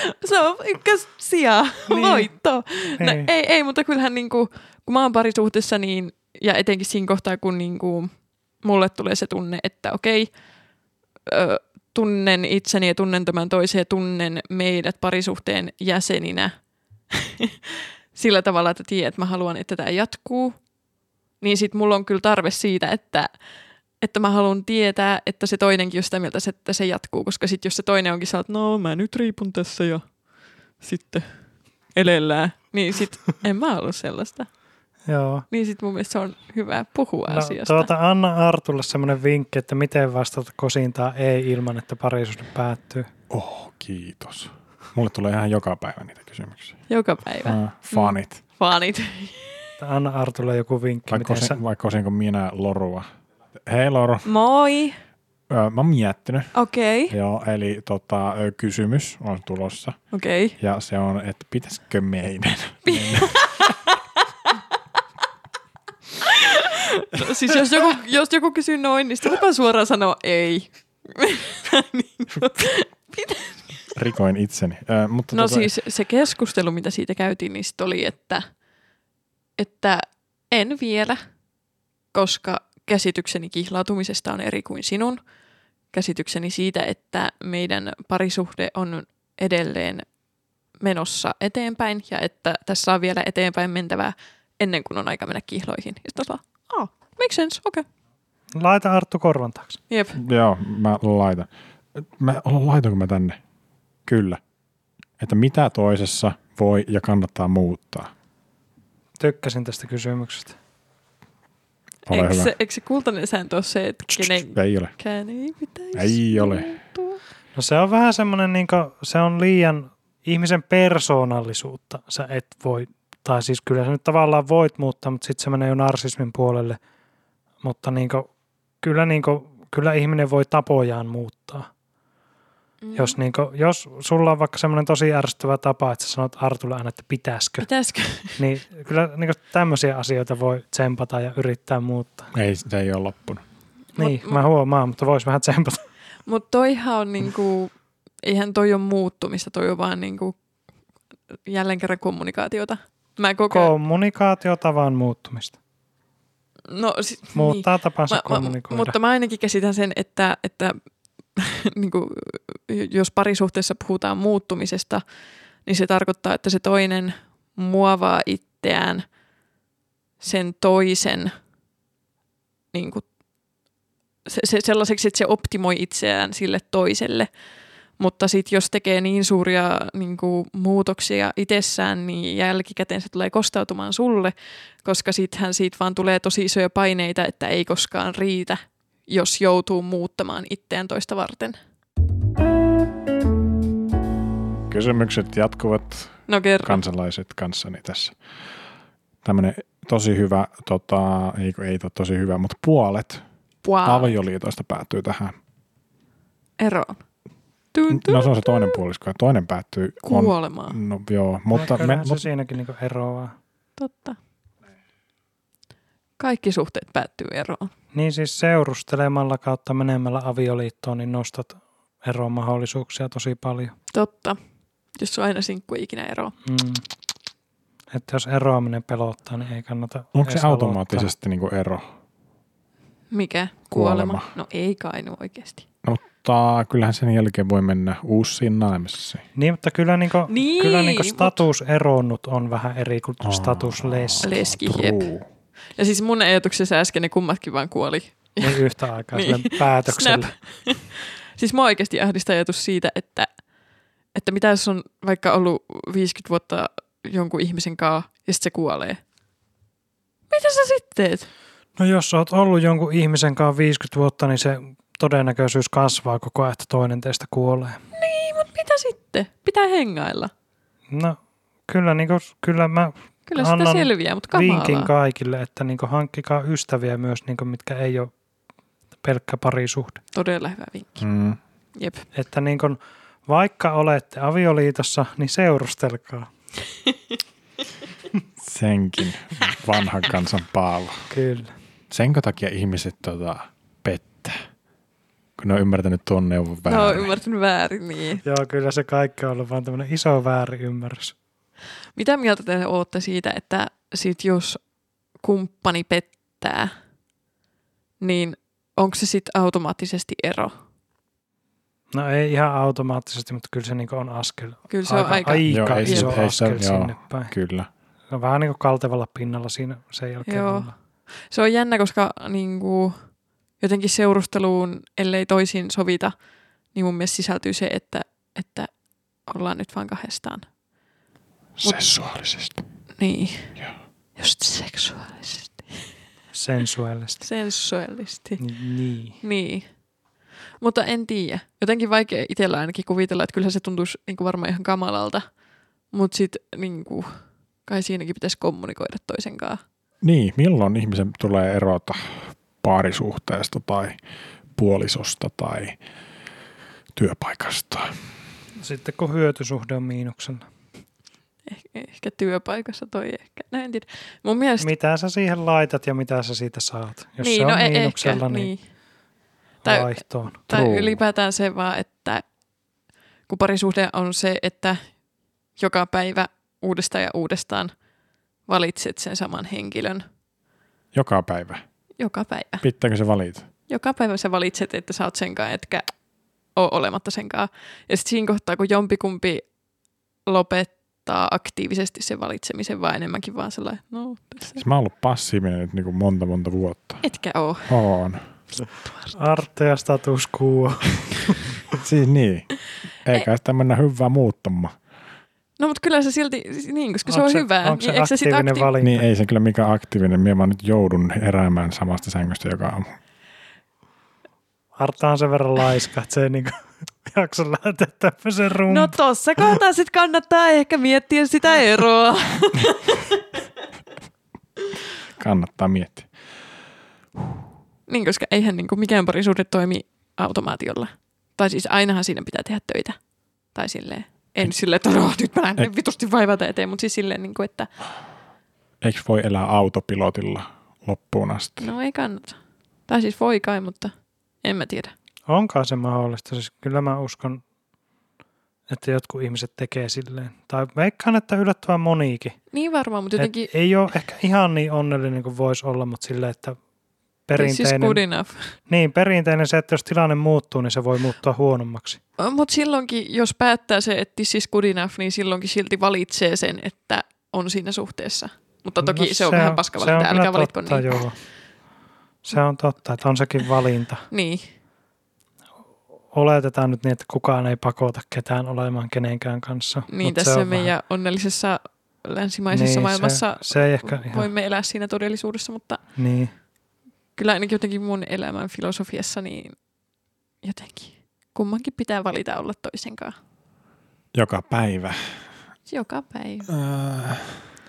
[SPEAKER 1] on, se on ykkös sija,
[SPEAKER 2] Niin.
[SPEAKER 1] niin. voitto. No,
[SPEAKER 2] Niin.
[SPEAKER 1] ei, ei, mutta kyllähän niin kuin, kun mä oon parisuhteessa, niin, ja etenkin siinä kohtaa, kun niin kuin, mulle tulee se tunne, että okei, ö, tunnen itseni ja tunnen tämän toisen ja tunnen meidät parisuhteen jäseninä sillä tavalla, että tiedän, että mä haluan, että tämä jatkuu, niin sitten mulla on kyllä tarve siitä, että, että mä haluan tietää, että se toinenkin on sitä mieltä, se- että se jatkuu, koska sitten jos se toinen onkin sä oot, no mä nyt riipun tässä ja sitten elellään, niin sitten en mä ollut sellaista.
[SPEAKER 2] Joo.
[SPEAKER 1] Niin sitten mun mielestä se on hyvä puhua
[SPEAKER 2] No,
[SPEAKER 1] asiasta.
[SPEAKER 2] tuota, anna Artulle semmoinen vinkki, että miten vastata kosintaa ei ilman, että parisuhde päättyy.
[SPEAKER 3] Oh, kiitos. Mulle tulee ihan joka päivä niitä kysymyksiä.
[SPEAKER 1] Joka päivä.
[SPEAKER 3] Ah, Fanit.
[SPEAKER 1] Fanit.
[SPEAKER 2] Että Anna Artulle joku vinkki,
[SPEAKER 3] Vai,
[SPEAKER 2] miten sä...
[SPEAKER 3] kosin, vai kosinko minä Lorua? Hei Loru.
[SPEAKER 1] Moi.
[SPEAKER 3] Öö, mä oon miettinyt.
[SPEAKER 1] Okei. Okay.
[SPEAKER 3] Joo, eli tota, ö, kysymys on tulossa.
[SPEAKER 1] Okei. Okay.
[SPEAKER 3] Ja se on, että pitäisikö meidän?
[SPEAKER 1] Siis jos joku, jos joku kysyy noin, niin sitten lupaan suoraan sanoa ei. Niin,
[SPEAKER 3] Rikoin itseni. Ö, mutta
[SPEAKER 1] No
[SPEAKER 3] tota,
[SPEAKER 1] siis se keskustelu, mitä siitä käytiin, niin sit oli, että, että en vielä, koska käsitykseni kihlautumisesta on eri kuin sinun. Käsitykseni siitä, että meidän parisuhde on edelleen menossa eteenpäin ja että tässä on vielä eteenpäin mentävää ennen kuin on aika mennä kihloihin. Ja sitten taas vaan, "Aa, make sense, okei. Okay.
[SPEAKER 2] Laita Arttu korvan taakse.
[SPEAKER 1] Jep.
[SPEAKER 3] Joo, mä laitan. Mä laitanko mä tänne? Kyllä. Että mitä toisessa voi ja kannattaa muuttaa?
[SPEAKER 2] Tykkäsin tästä kysymyksestä.
[SPEAKER 3] Ole
[SPEAKER 1] Eikö
[SPEAKER 3] hyvä.
[SPEAKER 1] se, eikö se kultainen sääntö ole se, että kenenkään
[SPEAKER 3] Ei ole.
[SPEAKER 1] ei pitäisi
[SPEAKER 3] Ei ole.
[SPEAKER 1] muuttua?
[SPEAKER 2] No se on vähän semmoinen, niin se on liian ihmisen persoonallisuutta. Sä et voi, tai siis kyllä sä nyt tavallaan voit muuttaa, mutta sitten se menee jo narsismin puolelle. Mutta niin kuin, kyllä, niin kuin, kyllä ihminen voi tapojaan muuttaa.
[SPEAKER 1] Mm.
[SPEAKER 2] Jos, niin kuin, jos sulla on vaikka semmoinen tosi ärsyttävä tapa, että sä sanot Artulle aina, että pitäisikö,
[SPEAKER 1] Pitäisikö?
[SPEAKER 2] niin kyllä niin kuin tämmöisiä asioita voi tsempata ja yrittää muuttaa.
[SPEAKER 3] Ei, se ei ole loppunut.
[SPEAKER 1] Mut-
[SPEAKER 2] Niin, mä huomaan, mutta vois vähän tsempata.
[SPEAKER 1] Mutta toihan on niinku, eihän toi ole muuttumista, toi on vaan niinku jälleen kerran kommunikaatiota. Mä koko... Ko-
[SPEAKER 2] Kommunikaatiotavan muuttumista.
[SPEAKER 1] no, si-
[SPEAKER 2] Muuttaa tapansa
[SPEAKER 1] Mä- mä-
[SPEAKER 2] kommunikoida.
[SPEAKER 1] Mutta mä ainakin käsitän sen, että, että niin kuin, jos parisuhteessa puhutaan muuttumisesta, niin se tarkoittaa, että se toinen muovaa itseään sen toisen niin kuin, se, se, sellaiseksi, että se optimoi itseään sille toiselle. Mutta sitten jos tekee niin suuria niin kuin, muutoksia itsessään, niin jälkikäteen se tulee kostautumaan sulle, koska sittenhän siitä vaan tulee tosi isoja paineita, että ei koskaan riitä, jos joutuu muuttamaan itseään toista varten.
[SPEAKER 3] Kysymykset jatkuvat
[SPEAKER 1] No kerran.
[SPEAKER 3] kansalaiset kanssani tässä. Tämmöinen tosi hyvä, tota, ei, kun ei to- tosi hyvä, mutta puolet
[SPEAKER 1] Wow.
[SPEAKER 3] avioliitoista päättyy tähän.
[SPEAKER 1] Ero. Tun, tun,
[SPEAKER 3] No se on se toinen puolisko ja toinen päättyy. kun On,
[SPEAKER 1] kuolemaan.
[SPEAKER 3] no joo, mutta me,
[SPEAKER 2] Kyllähän se
[SPEAKER 3] mut,
[SPEAKER 2] siinäkin niinku eroaa.
[SPEAKER 1] Totta. Kaikki suhteet päättyy eroon.
[SPEAKER 2] Niin siis seurustelemalla kautta menemällä avioliittoon, niin nostat eromahdollisuuksia tosi paljon.
[SPEAKER 1] Totta. Jos on aina sinkku ei ikinä eroa.
[SPEAKER 2] Mm. Että jos eroaminen pelottaa, niin ei kannata
[SPEAKER 3] onko se
[SPEAKER 2] edes
[SPEAKER 3] automaattisesti niin ero?
[SPEAKER 1] Mikä? Kuolema.
[SPEAKER 3] Kuolema.
[SPEAKER 1] Kuolema. No ei kai no oikeasti.
[SPEAKER 3] Mutta kyllähän sen jälkeen voi mennä uusiin naimisiin.
[SPEAKER 2] aloittaa. Niin, mutta kyllä, niinku,
[SPEAKER 1] Niin,
[SPEAKER 2] niin, kyllä niinku
[SPEAKER 1] mut-
[SPEAKER 2] status eronnut on vähän eri kuin status less.
[SPEAKER 1] Leski,
[SPEAKER 3] True.
[SPEAKER 1] jep. Ja siis mun ajatuksessa äsken ne kummatkin vaan kuoli
[SPEAKER 2] Niin yhtä aikaa
[SPEAKER 1] Niin.
[SPEAKER 2] niin. päätöksellä.
[SPEAKER 1] Siis mua oikeasti ahdistaa ajatus siitä, että, että mitä jos on vaikka ollut 50 vuotta jonkun ihmisen kanssa ja sitten se kuolee. Mitä sä sitten teet?
[SPEAKER 2] No jos oot ollut jonkun ihmisen kanssa 50 vuotta, niin se todennäköisyys kasvaa koko ajan, että toinen teistä kuolee.
[SPEAKER 1] Niin, Mitä sitten? Pitää hengailla.
[SPEAKER 2] No kyllä, niinku, kyllä mä
[SPEAKER 1] Kyllä sitä
[SPEAKER 2] Annan
[SPEAKER 1] selviää, mutta
[SPEAKER 2] vinkin
[SPEAKER 1] kamalaa.
[SPEAKER 2] kaikille, että niin hankkikaa ystäviä myös, niin mitkä ei ole pelkkä parisuhde.
[SPEAKER 1] Todella hyvä vinkki.
[SPEAKER 3] Mm.
[SPEAKER 1] Jep.
[SPEAKER 2] Että niin vaikka olette avioliitossa, niin seurustelkaa.
[SPEAKER 3] Senkin vanhan kansan paavo.
[SPEAKER 2] Kyllä.
[SPEAKER 3] Senkö takia ihmiset tota, pettää? Kun ne on ymmärtänyt tuon neuvon
[SPEAKER 1] No,
[SPEAKER 3] väärin.
[SPEAKER 1] ymmärtänyt väärin, niin.
[SPEAKER 2] Joo, kyllä se kaikki on ollut vaan tämmöinen iso väärinymmärrys.
[SPEAKER 1] Mitä mieltä te olette siitä, että sit jos kumppani pettää, niin onko se sitten automaattisesti ero?
[SPEAKER 2] No ei ihan automaattisesti, mutta kyllä se niin on askel.
[SPEAKER 1] Kyllä se on aika...
[SPEAKER 2] aika
[SPEAKER 3] Joo,
[SPEAKER 2] joo,
[SPEAKER 3] ei
[SPEAKER 1] se-
[SPEAKER 2] iso
[SPEAKER 3] ei se-
[SPEAKER 2] askel
[SPEAKER 3] joo.
[SPEAKER 2] sinne päin.
[SPEAKER 3] Kyllä.
[SPEAKER 2] Se on vähän niin kuin kaltevalla pinnalla siinä sen jälkeen
[SPEAKER 1] Joo.
[SPEAKER 2] joo. Olla.
[SPEAKER 1] Se on jännä, koska niin kuin, jotenkin seurusteluun, ellei toisin sovita, niin mun mielestä sisältyy se, että, että ollaan nyt vaan kahdestaan.
[SPEAKER 3] Seksuaalisesti.
[SPEAKER 1] Niin.
[SPEAKER 3] Joo.
[SPEAKER 1] Just seksuaalisesti.
[SPEAKER 2] sensuellisesti.
[SPEAKER 1] Sensuellisesti.
[SPEAKER 2] Niin.
[SPEAKER 1] Niin. Mutta en tiedä. Jotenkin vaikea itsellä ainakin kuvitella, että kyllä se tuntuisi niin kuin varmaan ihan kamalalta. Mutta sitten niin kuin, kai siinäkin pitäisi kommunikoida toisen kanssa.
[SPEAKER 3] Niin, milloin ihmisen tulee erota parisuhteesta tai puolisosta tai työpaikasta?
[SPEAKER 2] Sitten kun hyötysuhde on miinuksella.
[SPEAKER 1] Eh- ehkä työpaikassa toi ehkä. No en tiedä. Mun mielestä...
[SPEAKER 2] Mitä sä siihen laitat ja mitä sä siitä saat? Niin, Jos niin,
[SPEAKER 1] niin,
[SPEAKER 2] se on
[SPEAKER 1] no
[SPEAKER 2] no,
[SPEAKER 1] e-
[SPEAKER 2] miinuksella,
[SPEAKER 1] ehkä,
[SPEAKER 2] niin, niin
[SPEAKER 1] Tai-
[SPEAKER 2] vaihtoon.
[SPEAKER 1] Tai
[SPEAKER 3] True.
[SPEAKER 1] ylipäätään se vaan, että kun parisuhde on se, että joka päivä uudestaan ja uudestaan valitset sen saman henkilön.
[SPEAKER 3] Joka päivä.
[SPEAKER 1] Joka päivä.
[SPEAKER 3] Pitääkö se valita?
[SPEAKER 1] Joka päivä sä valitset, että sä oot senkaan, etkä ole olematta senkaan. Ja sitten siinä kohtaa, kun jompikumpi lopettaa aktiivisesti sen valitsemisen, vaan enemmänkin vaan sellainen, no tässä
[SPEAKER 3] Siis mä oon ollut passiivinen nyt niin kuin monta monta niinku vuotta.
[SPEAKER 1] etkä oo.
[SPEAKER 3] Oon.
[SPEAKER 2] Arte ja status quo.
[SPEAKER 3] Siis niin. Eikä sitä mennä hyvää muuttamaan.
[SPEAKER 1] No mutta kyllä se silti, niin koska se
[SPEAKER 2] Onko
[SPEAKER 1] on hyvää.
[SPEAKER 2] Onko se
[SPEAKER 1] eikö sit
[SPEAKER 2] aktiivinen
[SPEAKER 1] akti-
[SPEAKER 2] valinta?
[SPEAKER 3] Niin ei se kyllä mikään aktiivinen. Minä vaan nyt joudun heräämään samasta sängystä joka aamu.
[SPEAKER 2] Artta on sen verran laiska, että se ei niinku jaksa lähteä tämmöisen rumpuun.
[SPEAKER 1] No tossa kohtaa sit kannattaa ehkä miettiä sitä eroa.
[SPEAKER 3] Kannattaa miettiä.
[SPEAKER 1] niin, koska eihän niin kuin mikään parisuhde toimi automaatiolla. Tai siis ainahan siinä pitää tehdä töitä. Tai silleen, en silleen, että "Oh, nyt mä lähden vitusti vaivata eteen, mutta siis silleen, niin kuin, että
[SPEAKER 3] Eikö voi elää autopilotilla loppuun asti?
[SPEAKER 1] no ei kannata. Tai siis voi kai, mutta en mä tiedä.
[SPEAKER 2] Onkaan se mahdollista. Siis kyllä mä uskon, että jotkut ihmiset tekee silleen. Tai veikkaan, että yllättävän moniikin.
[SPEAKER 1] Niin varmaan, mutta
[SPEAKER 2] Et
[SPEAKER 1] jotenkin
[SPEAKER 2] ei ole ehkä ihan niin onnellinen kuin voisi olla, mutta silleen,
[SPEAKER 1] siis
[SPEAKER 2] että
[SPEAKER 1] this is siis good
[SPEAKER 2] perinteinen,
[SPEAKER 1] enough.
[SPEAKER 2] niin, perinteinen se, että jos tilanne muuttuu, niin se voi muuttua huonommaksi.
[SPEAKER 1] Mutta silloinkin, jos päättää se, että this is good enough, niin silloinkin silti valitsee sen, että on siinä suhteessa. Mutta toki
[SPEAKER 2] No
[SPEAKER 1] se on vähän paskavalinta,
[SPEAKER 2] kyllä
[SPEAKER 1] älkää valitko
[SPEAKER 2] totta,
[SPEAKER 1] niin.
[SPEAKER 2] Joo. Se on totta, että on sekin valinta.
[SPEAKER 1] Niin,
[SPEAKER 2] Oletetaan nyt niin, että kukaan ei pakota ketään olemaan kenenkään kanssa.
[SPEAKER 1] niin
[SPEAKER 2] mut
[SPEAKER 1] tässä
[SPEAKER 2] se on
[SPEAKER 1] meidän
[SPEAKER 2] vähän-
[SPEAKER 1] onnellisessa länsimaisessa
[SPEAKER 2] niin,
[SPEAKER 1] maailmassa
[SPEAKER 2] Se, se ei ehkä ihan,
[SPEAKER 1] voimme elää siinä todellisuudessa, mutta
[SPEAKER 2] niin.
[SPEAKER 1] kyllä ainakin jotenkin mun elämän filosofiassa niin jotenkin kummankin pitää valita olla toisen kanssa.
[SPEAKER 3] Joka päivä.
[SPEAKER 1] Joka päivä.
[SPEAKER 3] Äh,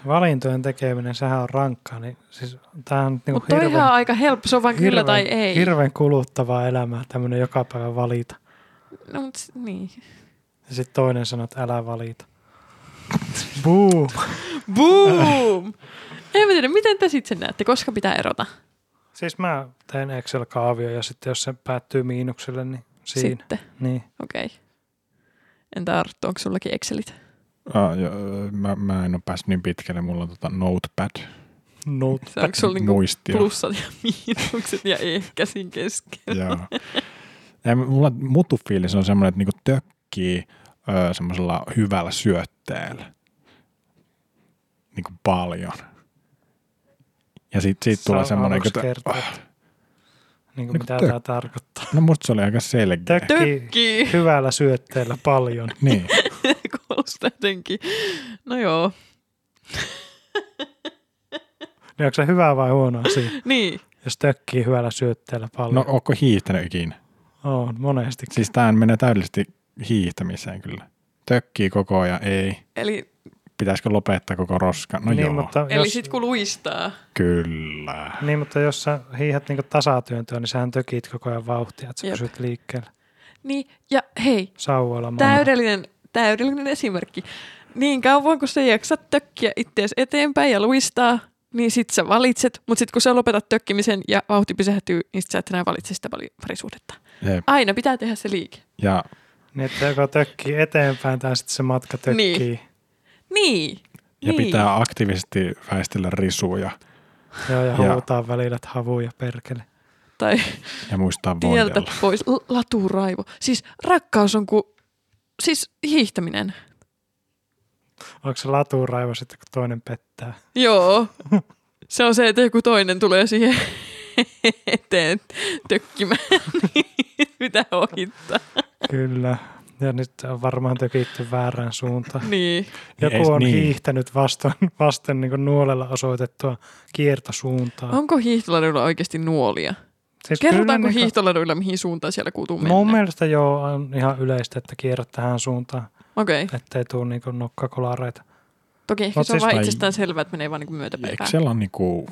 [SPEAKER 2] Valintojen tekeminen, sehän on rankkaa. Niin, siis, tämähän on niin
[SPEAKER 1] Mutta toihan
[SPEAKER 2] hirveän,
[SPEAKER 1] on aika helppo, se on vaan kyllä tai ei.
[SPEAKER 2] hirveän kuluttavaa elämää, tämmöinen joka päivä valita.
[SPEAKER 1] No, mut, s- niin.
[SPEAKER 2] Ja sitten toinen sanoo, että älä valita. Buu.
[SPEAKER 1] Boom! en mä tiedä, miten te sitten sen näette, koska pitää erota.
[SPEAKER 2] Siis mä teen Excel-kaavio ja sitten jos se päättyy miinukselle, niin siinä. Sit.
[SPEAKER 1] Sitten,
[SPEAKER 2] Niin.
[SPEAKER 1] okei. Okay. Entä Arttu, onko sullakin Excelit?
[SPEAKER 3] äh, ja, äh, mä, mä en ole päässyt niin pitkälle. Mulla on tota notepad.
[SPEAKER 2] No,
[SPEAKER 1] Onko sulla niinku
[SPEAKER 3] Muistio.
[SPEAKER 1] plussat ja miinukset ja ehkä siinä kesken?
[SPEAKER 3] Joo. Ja mulla mutufiilis on semmoinen, että niinku tökkii öö, semmoisella hyvällä syötteellä. Niinku paljon. Ja sit, siitä tulee semmoinen,
[SPEAKER 2] että...
[SPEAKER 3] että
[SPEAKER 2] Kertoo,
[SPEAKER 3] oh,
[SPEAKER 2] että niin kuin
[SPEAKER 3] Niin
[SPEAKER 2] mitä
[SPEAKER 3] kuin tö-
[SPEAKER 2] tämä tarkoittaa.
[SPEAKER 3] no musta se oli aika selkeä.
[SPEAKER 2] Tök-
[SPEAKER 1] Tökkii!
[SPEAKER 2] Hyvällä syötteellä paljon.
[SPEAKER 3] niin.
[SPEAKER 1] Kuulostaa jotenkin. No joo.
[SPEAKER 2] Niin onko se hyvä vai huono asia,
[SPEAKER 1] Niin.
[SPEAKER 2] jos tökkii hyvällä syötteellä
[SPEAKER 3] No
[SPEAKER 2] paljon? No.
[SPEAKER 3] ootko hiihtänyt ikinä?
[SPEAKER 2] On, monesti.
[SPEAKER 3] Siis tää menee täydellisesti hiihtämiseen kyllä. Tökkii koko ajan, ei.
[SPEAKER 1] Eli,
[SPEAKER 3] Pitäisikö lopettaa koko roska? No niin,
[SPEAKER 2] niin,
[SPEAKER 3] joo, mutta...
[SPEAKER 2] mutta jos,
[SPEAKER 1] eli sit kun luistaa.
[SPEAKER 3] kyllä.
[SPEAKER 2] niin, mutta jos sä hiihat niinku tasatyöntöä, niin sähän tökit koko ajan vauhtia, että sä
[SPEAKER 1] Jep.
[SPEAKER 2] pysyt liikkeellä.
[SPEAKER 1] Niin, ja hei,
[SPEAKER 2] Sauvoilla
[SPEAKER 3] No.
[SPEAKER 2] Täydä...
[SPEAKER 1] täydellinen, täydellinen esimerkki. Niin kauan kun sä jaksat tökkiä ittees eteenpäin ja luistaa, niin sit sä valitset, mutta sit kun sä lopetat tökkimisen ja vauhti pysähtyy, niin sit sä et enää valitse sitä pari- parisuhdetta.
[SPEAKER 3] Jep.
[SPEAKER 1] Aina pitää tehdä se liike.
[SPEAKER 3] Ja
[SPEAKER 2] Niin, että joko tökkii eteenpäin tai sitten se matka tökkii. Niin.
[SPEAKER 1] Niin.
[SPEAKER 3] Ja
[SPEAKER 1] niin.
[SPEAKER 3] pitää aktiivisesti väistellä risuja
[SPEAKER 2] Joo, ja
[SPEAKER 3] Ja-
[SPEAKER 2] huutaa välillä, että havuja perkele.
[SPEAKER 1] Tai
[SPEAKER 3] ja muistaa
[SPEAKER 1] tieltä
[SPEAKER 3] voidella.
[SPEAKER 1] pois. L- laturaivo. Siis rakkaus on kuin, siis hiihtäminen.
[SPEAKER 2] Onko se laturaivo sitten, kun toinen pettää?
[SPEAKER 1] Joo. Se on se, että joku toinen tulee siihen eteen tökkimään, niin mitä ohittaa.
[SPEAKER 2] Kyllä. Ja nyt on varmaan tökitty väärään suuntaan.
[SPEAKER 1] Niin.
[SPEAKER 3] Ei-
[SPEAKER 2] Joku on
[SPEAKER 3] niin.
[SPEAKER 2] niin. hiihtänyt vasten, vasten niin nuolella osoitettua kiertosuuntaa.
[SPEAKER 1] Onko hiihtoladuilla oikeasti nuolia?
[SPEAKER 2] siis kyllä No,
[SPEAKER 1] Kerrotaanko
[SPEAKER 2] niinku-
[SPEAKER 1] hiihtoladuilla, mihin suuntaan siellä kuutuu mennä?
[SPEAKER 2] Mun mielestä joo, on ihan yleistä, että kierrät tähän suuntaan,
[SPEAKER 1] Okei. Okay.
[SPEAKER 2] ettei tule niin nokkakolareita.
[SPEAKER 1] Toki ehkä
[SPEAKER 2] Mut
[SPEAKER 1] se on
[SPEAKER 2] siis-
[SPEAKER 1] vaan
[SPEAKER 3] Ai-
[SPEAKER 1] itsestään selvää, että menee vaan niin myötäpäivään.
[SPEAKER 3] Eikö siellä on niinku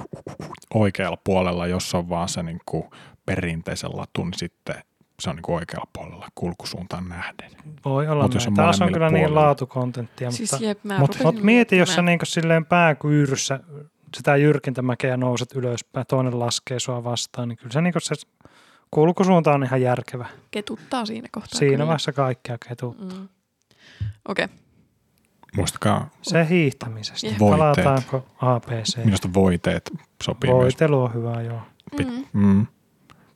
[SPEAKER 3] oikealla puolella, jos on vaan se niinku perinteisen latun, niin sitten se on niinku oikealla puolella kulkusuuntaan nähden.
[SPEAKER 2] Voi olla
[SPEAKER 3] Mut
[SPEAKER 2] Mut
[SPEAKER 3] jos on
[SPEAKER 2] näin. Taas on
[SPEAKER 3] molemmilla
[SPEAKER 2] kyllä niin
[SPEAKER 3] puolilla.
[SPEAKER 2] laatukontenttia,
[SPEAKER 1] Siis
[SPEAKER 2] mutta,
[SPEAKER 1] jep, mä
[SPEAKER 2] mutta,
[SPEAKER 1] rupesin
[SPEAKER 2] mutta mieti, jos sä
[SPEAKER 1] miettimään.
[SPEAKER 2] niin silleen pääkyyryssä sitä jyrkintä mäkeä nouset ylöspäin, toinen laskee sua vastaan, niin kyllä se, niin se kulkusuunta on ihan järkevä.
[SPEAKER 1] Ketuttaa siinä kohtaa.
[SPEAKER 2] Siinä
[SPEAKER 1] kyllä.
[SPEAKER 2] vaiheessa kaikkea ketu.
[SPEAKER 1] Mm. Okei.
[SPEAKER 3] Muistakaa,
[SPEAKER 2] Se hiihtämisestä.
[SPEAKER 1] Jep.
[SPEAKER 3] Voiteet.
[SPEAKER 2] Palataanko ABC?
[SPEAKER 3] minusta voiteet sopii myös.
[SPEAKER 2] Voitelu on hyvä, joo.
[SPEAKER 3] Pit-
[SPEAKER 1] Mm.
[SPEAKER 3] Mm.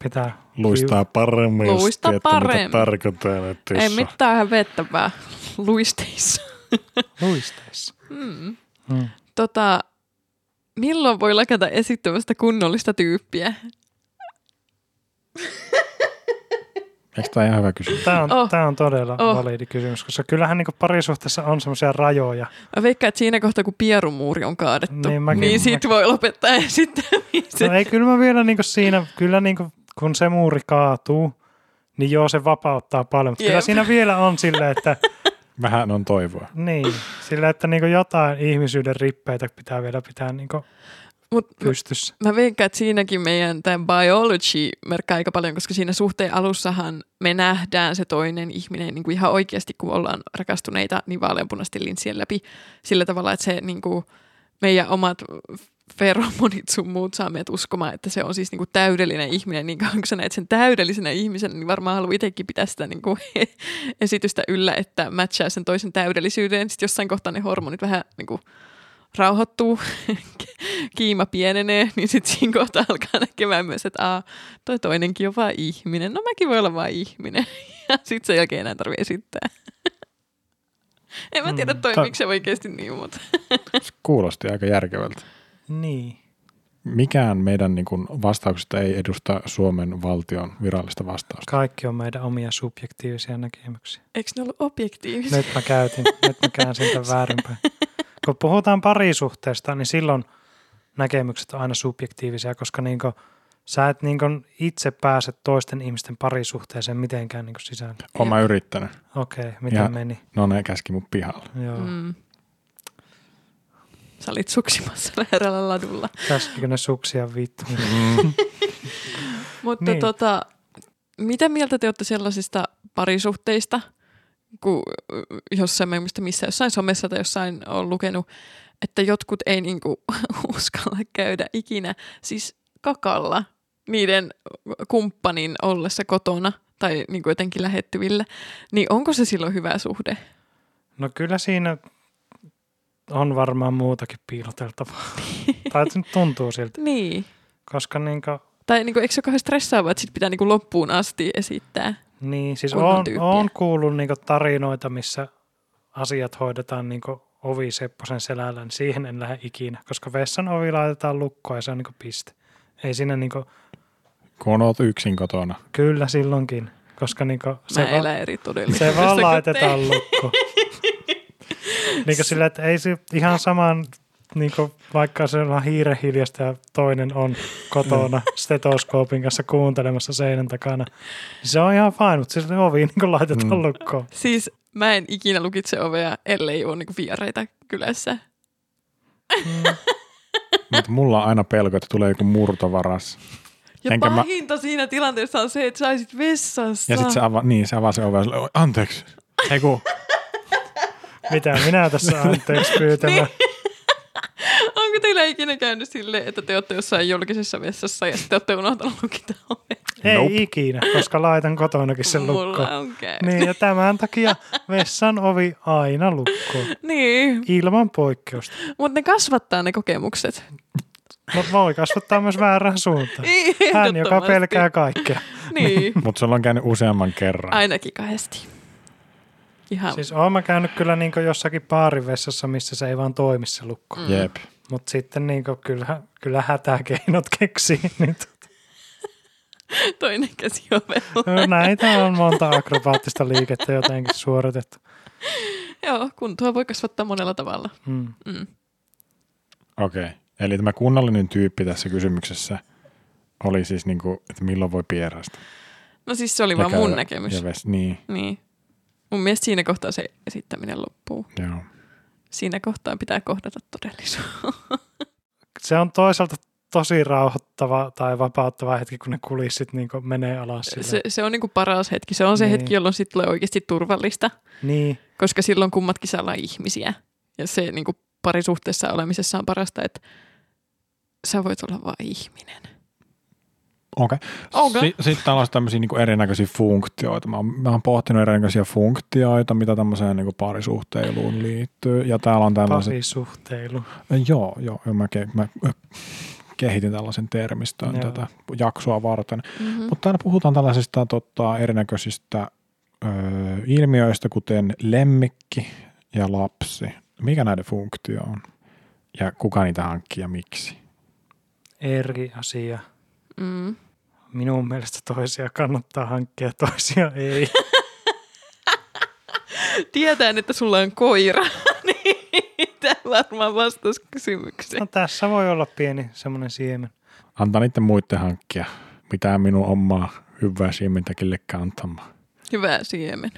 [SPEAKER 2] Pitää
[SPEAKER 5] Luistaa paremmin, jos
[SPEAKER 1] Luista
[SPEAKER 5] tiedätte,
[SPEAKER 1] paremmin.
[SPEAKER 5] mitä tarkoitan. Että
[SPEAKER 1] Ei
[SPEAKER 5] jos on-
[SPEAKER 1] mitään hävettävää luisteissa.
[SPEAKER 2] luisteissa.
[SPEAKER 1] Mm.
[SPEAKER 2] Mm.
[SPEAKER 1] Tota, milloin voi lakata esittämästä kunnollista tyyppiä?
[SPEAKER 3] Eikö tämä ihan hyvä kysymys?
[SPEAKER 2] Tämä on,
[SPEAKER 1] Oh.
[SPEAKER 2] oh. on todella
[SPEAKER 1] Oh.
[SPEAKER 2] oh. validi kysymys, koska kyllähän niin parisuhteessa on semmoisia rajoja.
[SPEAKER 1] Mä veikkaan, että siinä kohtaa, kun pierumuuri on kaadettu, niin,
[SPEAKER 2] Niin mäkin-
[SPEAKER 1] niin siitä voi lopettaa esittämisen.
[SPEAKER 2] No ei, kyllä mä vielä niin siinä, kyllä niin kun se muuri kaatuu, niin joo, se vapauttaa paljon. Mutta kyllä
[SPEAKER 1] Jep.
[SPEAKER 2] siinä vielä on silleen, että,
[SPEAKER 3] Vähän on toivoa.
[SPEAKER 2] niin, sille, että niin jotain ihmisyyden rippeitä pitää vielä pitää niin
[SPEAKER 1] Mut mä-
[SPEAKER 2] pystyssä.
[SPEAKER 1] mä veikkaan, että siinäkin meidän tämä biology merkkaa aika paljon, koska siinä suhteen alussahan me nähdään se toinen ihminen niin kuin ihan oikeasti, kun ollaan rakastuneita, niin vaaleanpunaisten linssien läpi sillä tavalla, että se niin kuin meidän omat feromonit sun muut saa meidät uskomaan, että se on siis niin kuin täydellinen ihminen, niin kauan kun sä näet sen täydellisenä ihmisenä, niin varmaan haluaa itsekin pitää sitä niin kuin esitystä yllä, että matchaa sen toisen täydellisyyden. Sitten jossain kohtaa ne hormonit vähän niin kuin rauhoittuu, kiima pienenee, niin sitten siinä kohtaa alkaa näkemään myös, että Aa, toi toinenkin on vaan ihminen. No mäkin voi olla vaan ihminen. Ja sitten sen jälkeen enää tarvitse esittää. En mä tiedä,
[SPEAKER 2] Mm,
[SPEAKER 1] toimiiko se oikeasti niin, mutta
[SPEAKER 3] Se kuulosti aika järkevältä.
[SPEAKER 2] Niin.
[SPEAKER 3] Mikään meidän niin kuin, vastauksista ei edusta Suomen valtion virallista vastausta.
[SPEAKER 2] Kaikki on meidän omia subjektiivisia näkemyksiä.
[SPEAKER 1] eikö ne ollut objektiivisia?
[SPEAKER 2] Nyt mä käytin, nyt mä käänsin tämän väärinpäin. Kun puhutaan parisuhteesta, niin silloin näkemykset on aina subjektiivisia, koska niin kuin, sä et niin kuin itse pääse toisten ihmisten parisuhteeseen mitenkään niin kuin sisään.
[SPEAKER 3] Olen mä yrittänyt.
[SPEAKER 2] Okei, okay, mitä
[SPEAKER 3] Ja-
[SPEAKER 2] ja. meni?
[SPEAKER 3] No ne käski mun pihalle.
[SPEAKER 2] Joo. Mm.
[SPEAKER 1] Mm. Sä olit suksimassa väärällä ladulla.
[SPEAKER 2] Käskikö ne suksia vittu?
[SPEAKER 1] Mutta niin.
[SPEAKER 2] Niin.
[SPEAKER 1] tota, mitä mieltä te olette sellaisista parisuhteista, kun jossain, mä en muista missä jossain somessa tai jossain on lukenut, että jotkut ei niinku uskalla käydä ikinä siis kakalla niiden kumppanin ollessa kotona tai niinku jotenkin lähettyvillä, niin onko se silloin hyvä suhde?
[SPEAKER 2] No kyllä siinä on varmaan muutakin piiloteltavaa. tai se nyt tuntuu siltä,
[SPEAKER 1] Niin.
[SPEAKER 2] koska niin kuin,
[SPEAKER 1] Tai niinku, eikö se ole kauhean stressaavaa, että sit pitää niinku loppuun asti esittää?
[SPEAKER 2] Niin, siis
[SPEAKER 1] kunnon
[SPEAKER 2] on,
[SPEAKER 1] tyyppiä.
[SPEAKER 2] on kuullut niinku tarinoita, missä asiat hoidetaan niinku ovi Sepposen selällä, niin siihen en lähde ikinä, koska vessan ovi laitetaan lukkoon ja se on niinku piste. Ei siinä niinku,
[SPEAKER 3] Kun oot yksin kotona.
[SPEAKER 2] kyllä silloinkin, koska niinku
[SPEAKER 1] Mä
[SPEAKER 2] se, va-
[SPEAKER 1] elän eri todellisuudessa.
[SPEAKER 2] se vaan
[SPEAKER 1] kuin
[SPEAKER 2] laitetaan lukkoon. niinku sillä, että ei se ihan samaan, niinku, vaikka se on hiiren hiljasta ja toinen on kotona stetoskoopin kanssa kuuntelemassa seinän takana, niin se on ihan fine, mutta sillä ovi niinku laitetaan
[SPEAKER 3] Mm.
[SPEAKER 2] lukkoon.
[SPEAKER 1] Siis mä en ikinä lukitse ovea, ellei ole niinku viareita kylässä.
[SPEAKER 2] Mm.
[SPEAKER 3] Mutta mulla on aina pelko, että tulee joku murtovaras.
[SPEAKER 1] Ja
[SPEAKER 3] Enkä
[SPEAKER 1] Enkä
[SPEAKER 3] mä-
[SPEAKER 1] pahinta mä... siinä tilanteessa on se, että saisit vessassa.
[SPEAKER 3] Ja sitten se, ava, niin, se avaa se oven ja sanoo, "Oi, anteeksi. Ei kun,
[SPEAKER 2] Mitä minä tässä anteeksi pyytämään?
[SPEAKER 1] Niin. Onko teillä ikinä käynyt silleen, että te olette jossain julkisessa vessassa ja sitten olette unohtanut lukita ovet?
[SPEAKER 2] Ei
[SPEAKER 3] Nope.
[SPEAKER 2] ikinä, koska laitan kotonakin sen
[SPEAKER 1] Mulla
[SPEAKER 2] lukkoon.
[SPEAKER 1] on käynyt.
[SPEAKER 2] Niin, ja tämän takia vessan ovi aina lukkoon.
[SPEAKER 1] Niin,
[SPEAKER 2] Ilman poikkeusta.
[SPEAKER 1] mutta ne kasvattaa ne kokemukset.
[SPEAKER 2] Mutta voi kasvattaa myös väärään suuntaan.
[SPEAKER 1] Niin,
[SPEAKER 2] No. Hän, joka
[SPEAKER 1] ehdottomasti.
[SPEAKER 2] pelkää kaikkea.
[SPEAKER 1] Niin,
[SPEAKER 3] mutta sulla on käynyt useamman kerran.
[SPEAKER 1] ainakin kahdesti. Ihan. Siis...
[SPEAKER 2] Siis oon mä käynyt kyllä niinku jossakin baarivessassa, missä se ei vaan toimi se lukko.
[SPEAKER 1] Mm.
[SPEAKER 3] Jep.
[SPEAKER 2] Mutta sitten niinku kyllä, kyllä hätäkeinot keksii nyt.
[SPEAKER 1] Toinen käsi ovella.
[SPEAKER 2] Näitä on monta akrobaattista liikettä jotenkin suoritettu.
[SPEAKER 1] Joo, kuntoa voi kasvattaa monella tavalla.
[SPEAKER 2] Mm.
[SPEAKER 1] Mm.
[SPEAKER 3] Okei. Okay. Eli tämä kunnallinen tyyppi tässä kysymyksessä oli siis, niin kuin, että milloin voi pierästä.
[SPEAKER 1] No siis se oli
[SPEAKER 3] Ja
[SPEAKER 1] vaan mun
[SPEAKER 3] käydä-
[SPEAKER 1] näkemys.
[SPEAKER 3] Ja ves, niin,
[SPEAKER 1] Niin. Mun mielestä siinä kohtaa se esittäminen loppuu.
[SPEAKER 3] joo.
[SPEAKER 1] Siinä kohtaa pitää kohdata todellisuus.
[SPEAKER 2] se on toisaalta tosi rauhoittava tai vapauttava hetki, kun ne kulissit niin menee alas. Sille.
[SPEAKER 1] Se, se on niinku paras hetki. Se on se
[SPEAKER 2] Niin.
[SPEAKER 1] hetki, jolloin sit tulee oikeasti turvallista,
[SPEAKER 2] Niin,
[SPEAKER 1] koska silloin kummatkin saa olla ihmisiä. Ja se niinku parisuhteessa olemisessa on parasta, että sä voit olla vain ihminen.
[SPEAKER 3] Okei.
[SPEAKER 1] Okei.
[SPEAKER 3] Si- Sitten täällä olisi tämmöisiä niin erinäköisiä funktioita. Mä oon, mä oon pohtinut erinäköisiä funktioita, mitä tämmöiseen niin parisuhteiluun liittyy. Ja täällä on tämmöiset...
[SPEAKER 2] parisuhteilu.
[SPEAKER 3] Joo, joo. joo mä, ke- mä ö, kehitin tällaisen termistön
[SPEAKER 2] Joo.
[SPEAKER 3] tätä jaksoa varten.
[SPEAKER 1] Mm-hmm.
[SPEAKER 3] Mutta täällä puhutaan tällaisista tota, erinäköisistä ö, ilmiöistä, kuten lemmikki ja lapsi. Mikä näiden funktio on? Ja kuka niitä hankkii ja miksi?
[SPEAKER 2] Eri asia.
[SPEAKER 1] Mm.
[SPEAKER 2] Minun mielestä toisia kannattaa hankkia, toisia ei.
[SPEAKER 1] Tietään, että sulla on koira, niin tämä varmaan vastasi kysymykseen.
[SPEAKER 2] No tässä voi olla pieni semmoinen siemen.
[SPEAKER 3] Antaa niiden muiden hankkia. Mitä minun omaa hyvää siementä kellekään antamaan.
[SPEAKER 1] Hyvä siemen.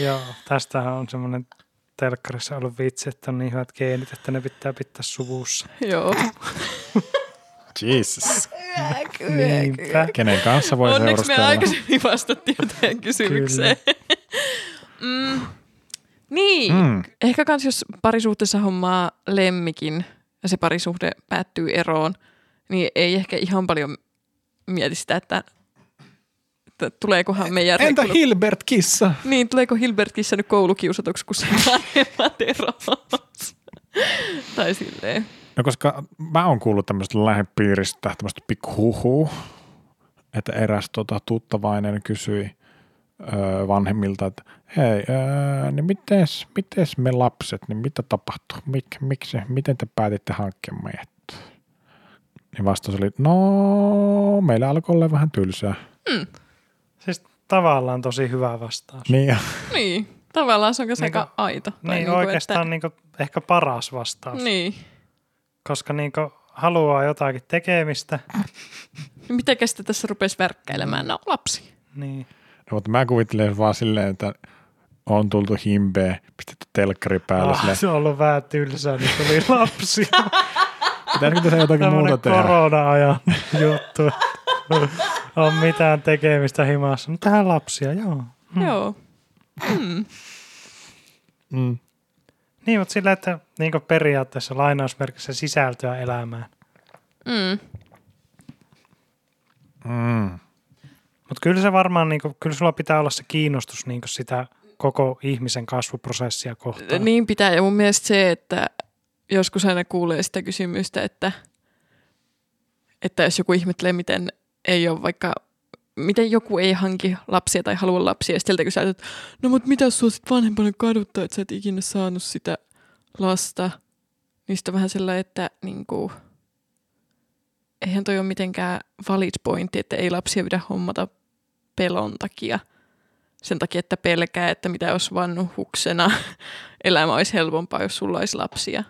[SPEAKER 2] Joo, tästähän on semmoinen telkkarissa ollut vitsi, että on niin hyvät geenit, että ne pitää pitää suvussa.
[SPEAKER 1] Joo.
[SPEAKER 3] Jesus.
[SPEAKER 2] Niinpä.
[SPEAKER 3] Kenen kanssa voi
[SPEAKER 1] Onneksi me
[SPEAKER 3] seurustella?
[SPEAKER 1] aikaisemmin vastattiin jotain kysymykseen. mm. Niin. Mm.
[SPEAKER 3] Mm.
[SPEAKER 1] Ehkä kans jos parisuhteessa hommaa lemmikin ja se parisuhde päättyy eroon, niin ei ehkä ihan paljon mieti sitä, että, että tuleekohan meidän...
[SPEAKER 3] Entä
[SPEAKER 1] rekru-
[SPEAKER 3] Hilbert Kissa?
[SPEAKER 1] Niin, tuleeko Hilbertissä nyt koulukiusatuksi, kun se vanhemmat eroavat? tai silleen.
[SPEAKER 3] No koska mä oon kuullut tämmöistä lähipiiristä, tämmöistä pikkuhuhuu, että eräs tota, tuttavainen kysyi öö, vanhemmilta, että hei, öö, niin mites, mites me lapset, niin mitä tapahtuu, Mik, miksi, miten te päätitte hankkia meidät? Niin vastaus oli, no meillä alkoi olla vähän tylsää.
[SPEAKER 2] Siis tavallaan tosi hyvä vastaus.
[SPEAKER 3] Niin, ja
[SPEAKER 1] Niin, tavallaan se on myös
[SPEAKER 2] Niinku-
[SPEAKER 1] aika aito. Tai
[SPEAKER 2] Niin, niin
[SPEAKER 1] niinku,
[SPEAKER 2] oikeastaan niin kuin, ehkä paras vastaus,
[SPEAKER 1] Että,
[SPEAKER 2] niin.
[SPEAKER 1] niin.
[SPEAKER 2] koska niin kuin, haluaa jotakin tekemistä,
[SPEAKER 1] Niin Miten sitä tässä rupesi värkkäilemään? No lapsi.
[SPEAKER 2] niin
[SPEAKER 3] No, mutta mä kuvittelen vaan silleen, että on tultu himpeä, pistetty telkkari päälle.
[SPEAKER 2] ah,
[SPEAKER 3] Ah,
[SPEAKER 2] se on ollut vähän tylsää, niin tuli lapsi.
[SPEAKER 3] Pitäisikö tässä jotakin muuta
[SPEAKER 2] Tämmöinen
[SPEAKER 3] tehdä?
[SPEAKER 2] korona-ajan juttu. on mitään tekemistä himassa. No tähän lapsia, joo.
[SPEAKER 1] Mm. Joo.
[SPEAKER 3] Mm.
[SPEAKER 2] Niin, mutta sillä, että niin periaatteessa lainausmerkissä sisältöä elämään.
[SPEAKER 1] Mm.
[SPEAKER 3] Mm.
[SPEAKER 2] Mutta kyllä se varmaan, niin kuin, kyllä sulla pitää olla se kiinnostus niin sitä koko ihmisen kasvuprosessia kohtaan.
[SPEAKER 1] Niin pitää. Ja mun mielestä se, että joskus aina kuulee sitä kysymystä, että, että jos joku ihmettelee, miten ei ole vaikka miten joku ei hanki lapsia tai halua lapsia. Ja sitten kysytään, että no mutta mitä sua sit vanhempana kaduttaa, että sä et ikinä saanut sitä lasta. Niistä vähän sellainen, että niinku, eihän toi ole mitenkään valid pointti, että ei lapsia pidä hommata pelon takia. Sen takia, että pelkää, että mitä jos vanhuksena elämä olisi helpompaa, jos sulla olisi lapsia.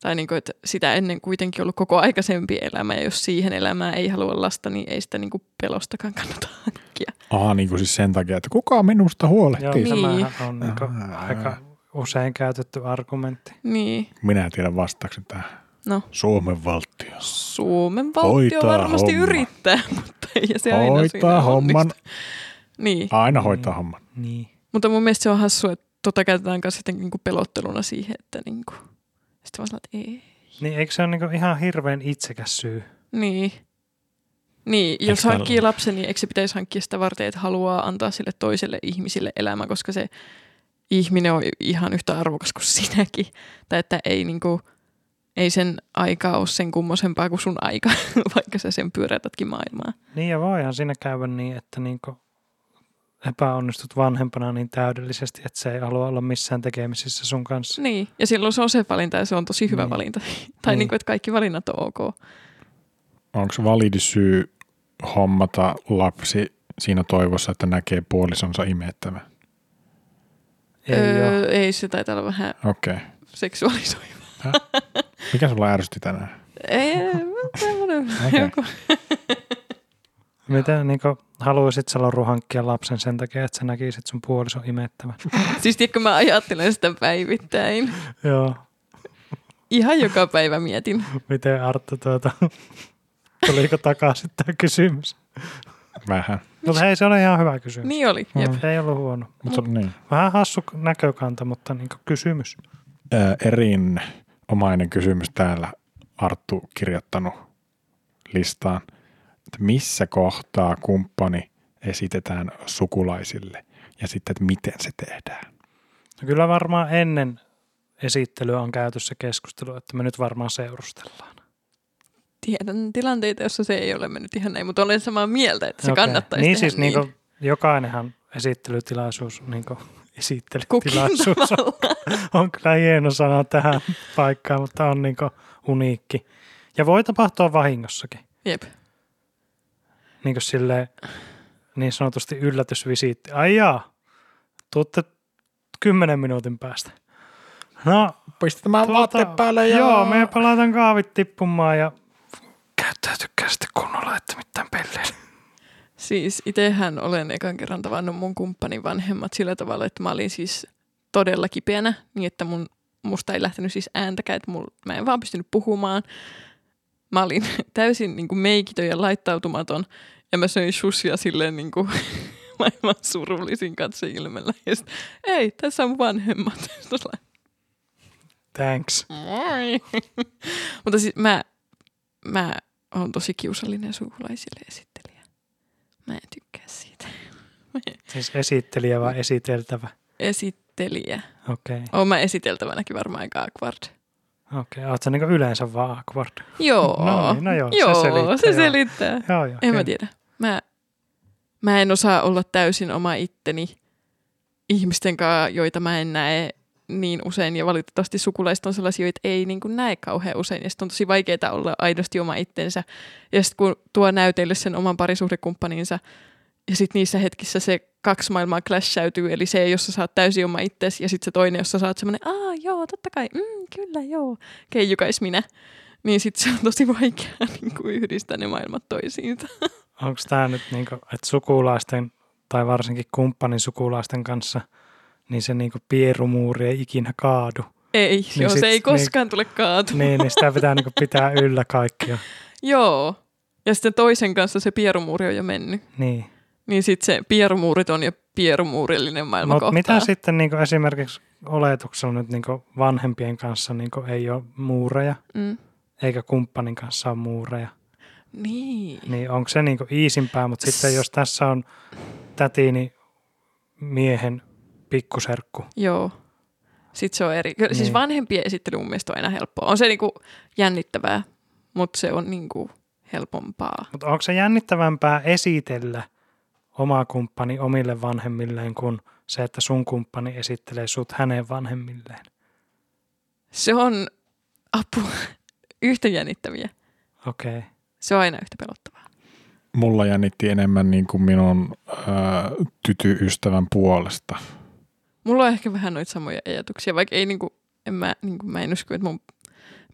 [SPEAKER 1] Tai niin kuin, että sitä ennen kuitenkin ollut koko aikaisempi elämä, ja jos siihen elämään ei halua lasta, niin ei sitä niin kuin pelostakaan kannata hankkia.
[SPEAKER 3] Aha, niin kuin siis sen takia, että kuka minusta huolehtii?
[SPEAKER 2] Joo,
[SPEAKER 3] Joo.
[SPEAKER 1] Niin.
[SPEAKER 2] tämähän on niin kuin,
[SPEAKER 3] Ää.
[SPEAKER 2] aika usein käytetty argumentti.
[SPEAKER 1] Niin,
[SPEAKER 3] Minä tiedän vastauksen tähän.
[SPEAKER 1] no
[SPEAKER 5] Suomen valtio.
[SPEAKER 1] Suomen valtio
[SPEAKER 5] Hoitaa
[SPEAKER 1] varmasti
[SPEAKER 5] homma.
[SPEAKER 1] yrittää, mutta ei se aina
[SPEAKER 3] Hoitaa
[SPEAKER 1] siinä
[SPEAKER 3] homman,
[SPEAKER 1] onnistu. Niin,
[SPEAKER 2] Mm.
[SPEAKER 3] aina hoitaa homman.
[SPEAKER 2] Niin.
[SPEAKER 1] mutta mun mielestä se on hassua, että tota käytetään myös jotenkin niin kuin pelotteluna siihen, että niin kuin, sitten vaan sanotaan, että ei.
[SPEAKER 2] Niin eikö se ole niin ihan hirveän itsekäs syy?
[SPEAKER 1] Niin. Niin, jos
[SPEAKER 3] Eikö täällä-
[SPEAKER 1] hankkii lapsen, niin eikö se pitäisi hankkia sitä varten, että haluaa antaa sille toiselle ihmiselle elämä, koska se ihminen on ihan yhtä arvokas kuin sinäkin. Tai että ei, niinku, ei sen aika ole sen kummosempaa kuin sun aika, vaikka sä sen pyöräytätkin maailmaa.
[SPEAKER 2] Niin ja voihan siinä käydä niin, että niin kuin epäonnistut vanhempana niin täydellisesti, että se ei halua olla missään tekemisissä sun kanssa.
[SPEAKER 1] Niin, ja silloin se on se valinta ja se on tosi hyvä
[SPEAKER 2] Niin.
[SPEAKER 1] valinta. tai
[SPEAKER 2] Niin.
[SPEAKER 1] niin. Niinku, että kaikki valinnat on ok.
[SPEAKER 3] Onko se validi syy hommata lapsi siinä toivossa, että näkee puolisonsa imettävä?
[SPEAKER 2] Ei öö... ole.
[SPEAKER 1] ei se taitaa olla vähän
[SPEAKER 3] Okei. Okay.
[SPEAKER 1] seksuaalisoiva.
[SPEAKER 3] Mikä sulla ärsytti tänään?
[SPEAKER 1] Ei, tämmönen
[SPEAKER 3] Okei.
[SPEAKER 1] joku.
[SPEAKER 2] Mitä niin kuin, haluaisit sä Loru hankkia lapsen sen takia, että sä näkisit sun puolison imettävän?
[SPEAKER 1] Siis tiedätkö, mä ajattelen sitä päivittäin.
[SPEAKER 2] Joo.
[SPEAKER 1] Ihan joka päivä mietin.
[SPEAKER 2] Miten Arttu tuota, tuliko takaisin tämä kysymys?
[SPEAKER 3] Vähän.
[SPEAKER 2] Mutta hei, se oli ihan hyvä kysymys. Mm.
[SPEAKER 1] Niin oli. Jep.
[SPEAKER 2] Ei ollut huono.
[SPEAKER 3] Mut se, niin.
[SPEAKER 2] Vähän hassu näkökanta, mutta niin kysymys.
[SPEAKER 3] Ö, Äh, erinomainen kysymys täällä Arttu kirjoittanut listaan, että missä kohtaa kumppani esitetään sukulaisille ja sitten, että miten se tehdään.
[SPEAKER 2] No kyllä varmaan ennen esittelyä on käyty se keskustelu, että me nyt varmaan seurustellaan.
[SPEAKER 1] Tiedän tilanteita, jossa se ei ole mennyt ihan näin, mutta olen samaa mieltä, että se
[SPEAKER 2] Okei.
[SPEAKER 1] okay. kannattaisi
[SPEAKER 2] niin
[SPEAKER 1] tehdä
[SPEAKER 2] siis
[SPEAKER 1] niin.
[SPEAKER 2] Niinku, jokainenhan esittelytilaisuus, niinku,
[SPEAKER 1] Kukin
[SPEAKER 2] esittelytilaisuus on, on kyllä hieno sana tähän paikkaan, mutta on niinku uniikki. Ja voi tapahtua vahingossakin.
[SPEAKER 1] Jep.
[SPEAKER 2] niin kuin silleen, niin sanotusti yllätysvisiitti. Ai jaa, tuutte kymmenen minuutin päästä. No,
[SPEAKER 3] Pistetään vaatteet päälle ja...
[SPEAKER 2] Joo, me palataan kaavit tippumaan ja käyttäytykää sitten kunnolla, että mitään pelleillä.
[SPEAKER 1] Siis itsehän olen ekan kerran tavannut mun kumppanin vanhemmat sillä tavalla, että mä olin siis todella kipeänä, niin että mun, musta ei lähtenyt siis ääntäkään, että mul, mä en vaan pystynyt puhumaan. Mä olin täysin niin kuin meikitön ja laittautumaton, ja mä söin susia silleen niin kuin maailman surullisin katseilmellä. Ja sit, ei, tässä on mun vanhemmat. Sitten mä
[SPEAKER 2] Thanks.
[SPEAKER 1] Moi. Mutta siis mä, mä oon tosi kiusallinen sukulaisille esittelijä. Mä en tykkää siitä.
[SPEAKER 2] Siis esittelijä
[SPEAKER 1] Mm.
[SPEAKER 2] vai esiteltävä?
[SPEAKER 1] Esittelijä.
[SPEAKER 2] Okei, okay.
[SPEAKER 1] Oon mä esiteltävänäkin varmaan aika awkward.
[SPEAKER 2] okei. Okay. Oletko niin yleensä vaan awkward?
[SPEAKER 1] Joo.
[SPEAKER 2] No niin, no joo, se
[SPEAKER 1] joo,
[SPEAKER 2] selittää,
[SPEAKER 1] Se
[SPEAKER 2] joo.
[SPEAKER 1] selittää.
[SPEAKER 2] Joo, joo.
[SPEAKER 1] En
[SPEAKER 2] kyllä.
[SPEAKER 1] mä tiedä. Mä, mä en osaa olla täysin oma itteni ihmisten kanssa, joita mä en näe niin usein. Ja valitettavasti sukulaiset on sellaisia, joita ei niin kuin näe kauhean usein. Ja sitten on tosi vaikeaa olla aidosti oma itsensä. Ja sitten kun tuo näyteille sen oman parisuhdekumppaninsa, ja sitten niissä hetkissä se kaksi maailmaa clashäytyy, eli se, jossa sä oot täysin oma itsesi, ja sitten se toinen, jossa sä oot semmoinen, aa joo, totta kai, mm, kyllä joo, keijukais minä. Niin sitten se on tosi vaikeaa niin kuin yhdistää ne maailmat toisiinsa.
[SPEAKER 2] Onko tämä nyt niin kuin, että sukulaisten tai varsinkin kumppanin sukulaisten kanssa, niin se niin kuin pierumuuri ei ikinä kaadu.
[SPEAKER 1] Ei,
[SPEAKER 2] Niin
[SPEAKER 1] niin joo,
[SPEAKER 2] sit-
[SPEAKER 1] se ei
[SPEAKER 2] niin-
[SPEAKER 1] koskaan tule kaatu.
[SPEAKER 2] Niin, niin sitä pitää niin kuin pitää yllä kaikkia.
[SPEAKER 1] Joo. Ja sitten toisen kanssa se pierumuuri on jo mennyt.
[SPEAKER 2] Niin.
[SPEAKER 1] Niin sitten se pierumuurit on ja pierumuurillinen maailma
[SPEAKER 2] Mutta
[SPEAKER 1] kohtaa.
[SPEAKER 2] mitä sitten niin kuin esimerkiksi oletuksella nyt niin kuin vanhempien kanssa niin kuin ei ole muureja,
[SPEAKER 1] Mm.
[SPEAKER 2] eikä kumppanin kanssa ole muureja?
[SPEAKER 1] Niin.
[SPEAKER 2] Niin onko se niinku iisimpää, mutta sitten jos tässä on tätini miehen pikkuserkku.
[SPEAKER 1] Joo. Sitten se on eri. Kyllä, siis
[SPEAKER 2] Niin.
[SPEAKER 1] vanhempien esittely mun mielestä on aina helppoa. On se niinku jännittävää, mutta se on niinku helpompaa.
[SPEAKER 2] Mutta onko se jännittävämpää esitellä oma kumppani omille vanhemmilleen kuin se, että sun kumppani esittelee sut hänen vanhemmilleen?
[SPEAKER 1] Se on apu yhtä jännittäviä.
[SPEAKER 2] Okei. Okay.
[SPEAKER 1] Se on aina yhtä pelottavaa.
[SPEAKER 3] Mulla jännitti enemmän niin kuin minun ö, tytyystävän puolesta.
[SPEAKER 1] Mulla on ehkä vähän noita samoja ajatuksia, vaikka ei niinku, en mä, niinku, mä en usko, että mun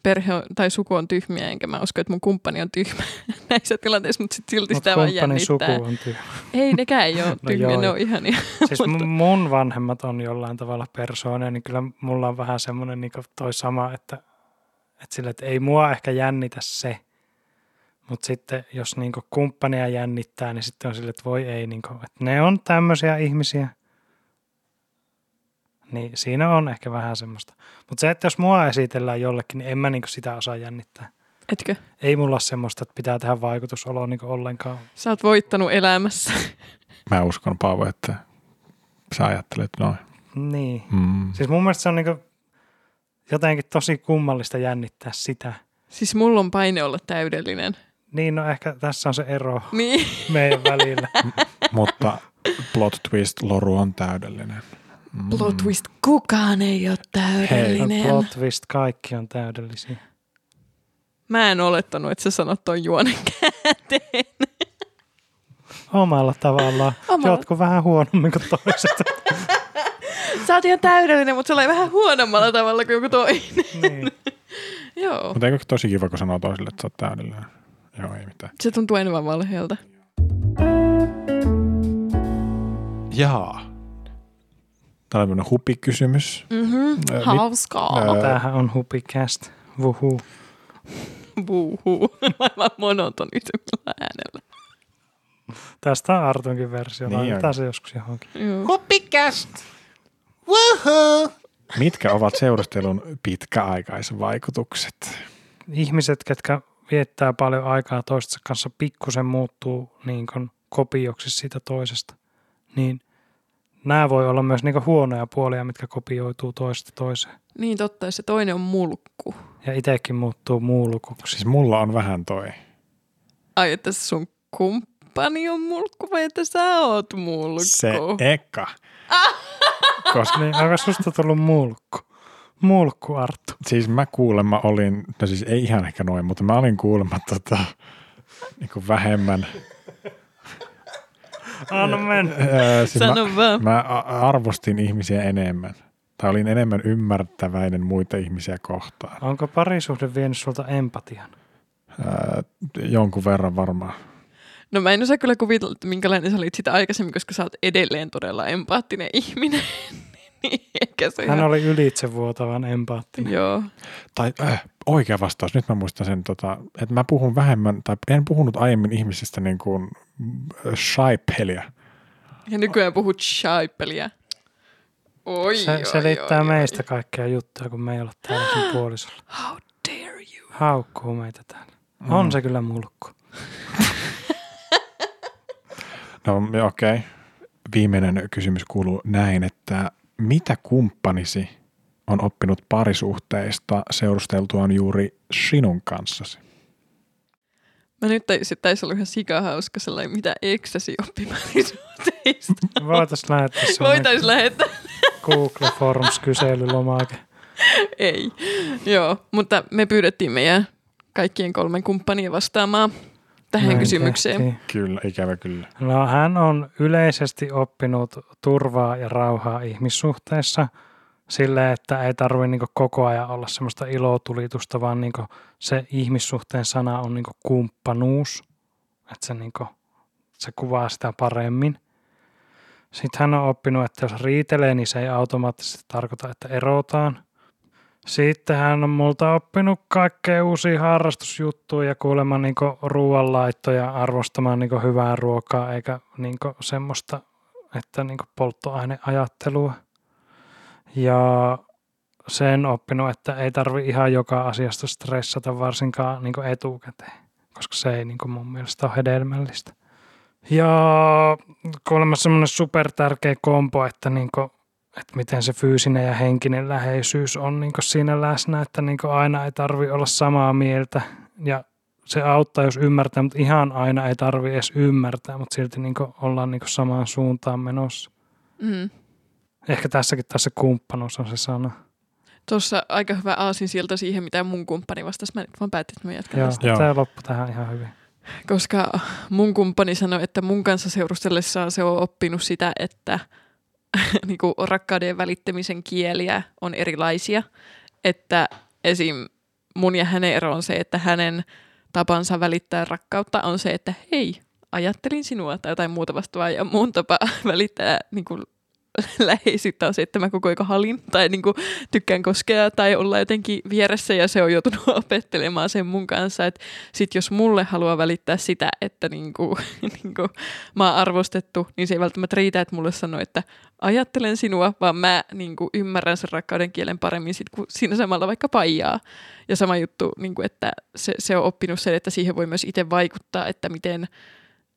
[SPEAKER 1] perhe on, tai suku on tyhmiä, enkä mä usko, että mun kumppani on tyhmä näissä tilanteissa, mutta sit silti
[SPEAKER 2] Mutta
[SPEAKER 1] sitä vaan
[SPEAKER 2] kumppanin
[SPEAKER 1] jännittää.
[SPEAKER 2] suku on tyhjä.
[SPEAKER 1] Ei nekään ei ole tyhmiä,
[SPEAKER 2] joo.
[SPEAKER 1] ne on ihania.
[SPEAKER 2] Siis mun- mun vanhemmat on jollain tavalla persoonia, niin kyllä mulla on vähän semmoinen niin toi sama, että, että, sillä, että ei mua ehkä jännitä se. Mutta sitten jos niin kumppania jännittää, niin sitten on sille, että voi ei, niin kuin, että ne on tämmöisiä ihmisiä. Niin siinä on ehkä vähän semmoista. Mutta se, että jos mua esitellään jollekin, niin en mä niin sitä osaa jännittää.
[SPEAKER 1] Etkö?
[SPEAKER 2] Ei mulla ole semmoista, että pitää tehdä vaikutusoloa niin ollenkaan.
[SPEAKER 1] Sä oot voittanut elämässä.
[SPEAKER 3] Mä uskon, Paavo, että sä ajattelet noin.
[SPEAKER 2] Niin.
[SPEAKER 3] Mm.
[SPEAKER 2] Siis mun mielestä se on niinku jotenkin tosi kummallista jännittää sitä.
[SPEAKER 1] Siis mulla on paine olla täydellinen.
[SPEAKER 2] Niin, no ehkä tässä on se ero
[SPEAKER 1] Niin.
[SPEAKER 2] meidän välillä.
[SPEAKER 3] Mutta plot twist, Loru on täydellinen. Mm.
[SPEAKER 1] Plot twist, kukaan ei ole
[SPEAKER 2] No,
[SPEAKER 1] täydellinen.
[SPEAKER 2] plot twist, kaikki on täydellisiä.
[SPEAKER 1] Mä en olettanut, että sä sanot ton juonen käteen.
[SPEAKER 2] Omalla tavallaan.
[SPEAKER 1] Omalla-
[SPEAKER 2] Jotkut vähän huonommin kuin toiset.
[SPEAKER 1] Sä oot ihan täydellinen, mutta se oli vähän huonommalla tavalla kuin joku toinen.
[SPEAKER 2] niin.
[SPEAKER 1] Joo.
[SPEAKER 3] Mutta eikö tosi kiva, kun sanoo toisille, että sä oot täydellinen? Joo, ei mitään.
[SPEAKER 1] Se tuntuu enemmän valheelta.
[SPEAKER 3] Jaa. Täällä on tämmöinen hupikysymys.
[SPEAKER 1] Mm-hmm.
[SPEAKER 2] Äh,
[SPEAKER 3] Ö, mit-
[SPEAKER 1] Hauskaa.
[SPEAKER 3] Ö,
[SPEAKER 2] Tämähän on hupikästä. Vuhu. Äh.
[SPEAKER 1] Buuhuu. Maailman monotonisemilla äänellä.
[SPEAKER 2] Tästä on Artunkin versio.
[SPEAKER 3] Niin on.
[SPEAKER 2] Laitetaan se joskus johonkin.
[SPEAKER 1] Joo.
[SPEAKER 3] Mitkä ovat seurastelun pitkäaikaisvaikutukset?
[SPEAKER 2] Ihmiset, ketkä viettää paljon aikaa toistensa kanssa, pikkusen muuttuu niin kuin kopioksi siitä toisesta. Niin nämä voi olla myös niin kuin huonoja puolia, mitkä kopioituu toista toiseen.
[SPEAKER 1] Niin totta, se toinen on mulkku.
[SPEAKER 2] Ja itsekin muuttuu muulukuksi.
[SPEAKER 3] Siis mulla on vähän toi.
[SPEAKER 1] Ai, että se sun kumppani on mulkku vai että sä oot mulkku?
[SPEAKER 3] Se eka.
[SPEAKER 1] Siis-
[SPEAKER 3] Koska
[SPEAKER 2] Niin, onko susta tullut mulkku? Mulkku, Arttu.
[SPEAKER 3] siis mä kuulemma olin, no siis ei ihan ehkä noin, mutta mä olin kuulemma tota, niin kuin niinku vähemmän
[SPEAKER 2] Anna mennä.
[SPEAKER 3] Öö, siis mä,
[SPEAKER 1] Sano vaan.
[SPEAKER 3] mä a- arvostin ihmisiä enemmän. Tai olin enemmän ymmärtäväinen muita ihmisiä kohtaan.
[SPEAKER 2] Onko parisuhde vienyt sulta empatian?
[SPEAKER 3] Öö, jonkun verran varmaan.
[SPEAKER 1] No mä en osaa kyllä kuvitella, että minkälainen sä olit sitä aikaisemmin, koska sä oot edelleen todella empaattinen ihminen. niin, ehkä se
[SPEAKER 2] Hän
[SPEAKER 1] ihan-
[SPEAKER 2] oli ylitsevuotavan empaattinen.
[SPEAKER 1] Joo.
[SPEAKER 3] Tai äh, oikea vastaus, nyt mä muistan sen, tota, että mä puhun vähemmän, tai en puhunut aiemmin ihmisistä niin kuin äh, shaipeliä.
[SPEAKER 1] Ja nykyään puhut shaipeliä. Oi,
[SPEAKER 2] Se
[SPEAKER 1] oi,
[SPEAKER 2] selittää
[SPEAKER 1] oi,
[SPEAKER 2] meistä kaikkea juttuja, kun me ei olla täällä sun puolisolla.
[SPEAKER 1] Oi. How dare you?
[SPEAKER 2] Haukkuu meitä täällä. On se kyllä mulkku.
[SPEAKER 3] No okei. Okay. Viimeinen kysymys kuuluu näin, että mitä kumppanisi on oppinut parisuhteista seurusteltuaan juuri sinun kanssasi?
[SPEAKER 1] Mä nyt tajusin, että taisi olla ihan sikahauska sellainen, mitä eksäsi oppimaisuuteista.
[SPEAKER 2] Voitaisiin lähettää semmoinen
[SPEAKER 1] Voitais lähettää.
[SPEAKER 2] Google Forms-kyselylomake.
[SPEAKER 1] Ei. Joo, mutta me pyydettiin meidän kaikkien kolmen kumppania vastaamaan tähän
[SPEAKER 2] Näin
[SPEAKER 1] kysymykseen.
[SPEAKER 2] tehtiin.
[SPEAKER 3] Kyllä, ikävä kyllä.
[SPEAKER 2] No hän on yleisesti oppinut turvaa ja rauhaa ihmissuhteissa sille, että ei tarvitse niin koko ajan olla semmoista ilotulitusta, vaan niin se ihmissuhteen sana on niin kumppanuus, että se, niin se kuvaa sitä paremmin. Sitten hän on oppinut, että jos riitelee, niin se ei automaattisesti tarkoita, että erotaan. Sitten hän on multa oppinut kaikkea uusia harrastusjuttuja ja kuulemma niin ruoanlaitto ja arvostamaan niin hyvää ruokaa eikä niin semmoista, että niin polttoaineajattelua. Ja sen oppinut, että ei tarvi ihan joka asiasta stressata varsinkaan niin etukäteen, koska se ei niin mun mielestä ole hedelmällistä. Ja kuulemma semmoinen supertärkeä kompo, että niin että miten se fyysinen ja henkinen läheisyys on niin siinä läsnä, että niin aina ei tarvi olla samaa mieltä ja se auttaa, jos ymmärtää, mutta ihan aina ei tarvi edes ymmärtää, mutta silti niin ollaan niin samaan suuntaan menossa.
[SPEAKER 1] Mm.
[SPEAKER 2] Ehkä tässäkin taas se kumppanuus on se sana.
[SPEAKER 1] Tuossa aika hyvä aasin sieltä siihen, mitä mun kumppani vastasi. Mä nyt vaan päätin, että mä jatkan
[SPEAKER 2] Joo,
[SPEAKER 1] tästä.
[SPEAKER 3] Joo.
[SPEAKER 2] tämä loppu tähän ihan hyvin.
[SPEAKER 1] Koska mun kumppani sanoi, että mun kanssa seurustellessaan se on oppinut sitä, että niin kuin rakkauden välittämisen kieliä on erilaisia. Että esim. mun ja hänen ero on se, että hänen tapansa välittää rakkautta on se, että hei, ajattelin sinua tai jotain muuta vastaavaa. Ja mun tapa välittää niin kuin, läheisyyttä on se, että mä koko ajan halin tai niin kuin, tykkään koskea tai olla jotenkin vieressä ja se on joutunut opettelemaan sen mun kanssa, että sit jos mulle haluaa välittää sitä, että niinku, niinku, mä oon arvostettu, niin se ei välttämättä riitä, että mulle sanoo, että ajattelen sinua, vaan mä niinku, ymmärrän sen rakkauden kielen paremmin sit, kun siinä samalla vaikka paijaa. Ja sama juttu, niinku, että se, se on oppinut sen, että siihen voi myös itse vaikuttaa, että miten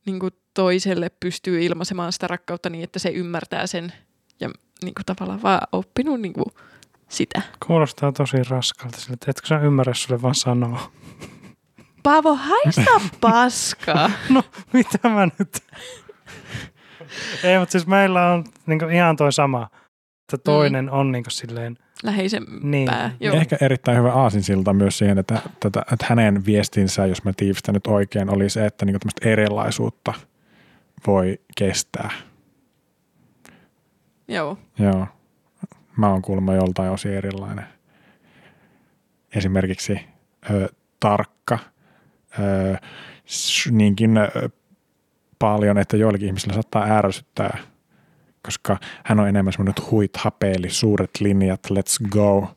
[SPEAKER 1] niinku, toiselle pystyy ilmaisemaan sitä rakkautta niin, että se ymmärtää sen ja niinku, tavallaan vaan oppinut niinku, sitä.
[SPEAKER 2] Kuulostaa tosi raskalta sille, että etkö sä ymmärrä sulle vaan sanoa.
[SPEAKER 1] Paavo, haista paskaa!
[SPEAKER 2] No, mitä mä nyt? ei, mutta siis meillä on niin ihan toi sama, että toinen on niin silleen
[SPEAKER 1] Läheisempää.
[SPEAKER 2] Niin.
[SPEAKER 1] Joo.
[SPEAKER 3] Ehkä erittäin hyvä aasinsilta myös siihen, että, tätä, että hänen viestinsä, jos mä tiivistän nyt oikein, oli se, että niin tämmöistä erilaisuutta voi kestää.
[SPEAKER 1] Joo.
[SPEAKER 3] Joo. Mä oon kuulemma joltain osin erilainen. Esimerkiksi ö, tarkka. Ö, s- niinkin ö, paljon, että joillekin ihmisillä saattaa ärsyttää, koska hän on enemmän semmoinen huit hapeeli, suuret linjat, let's go.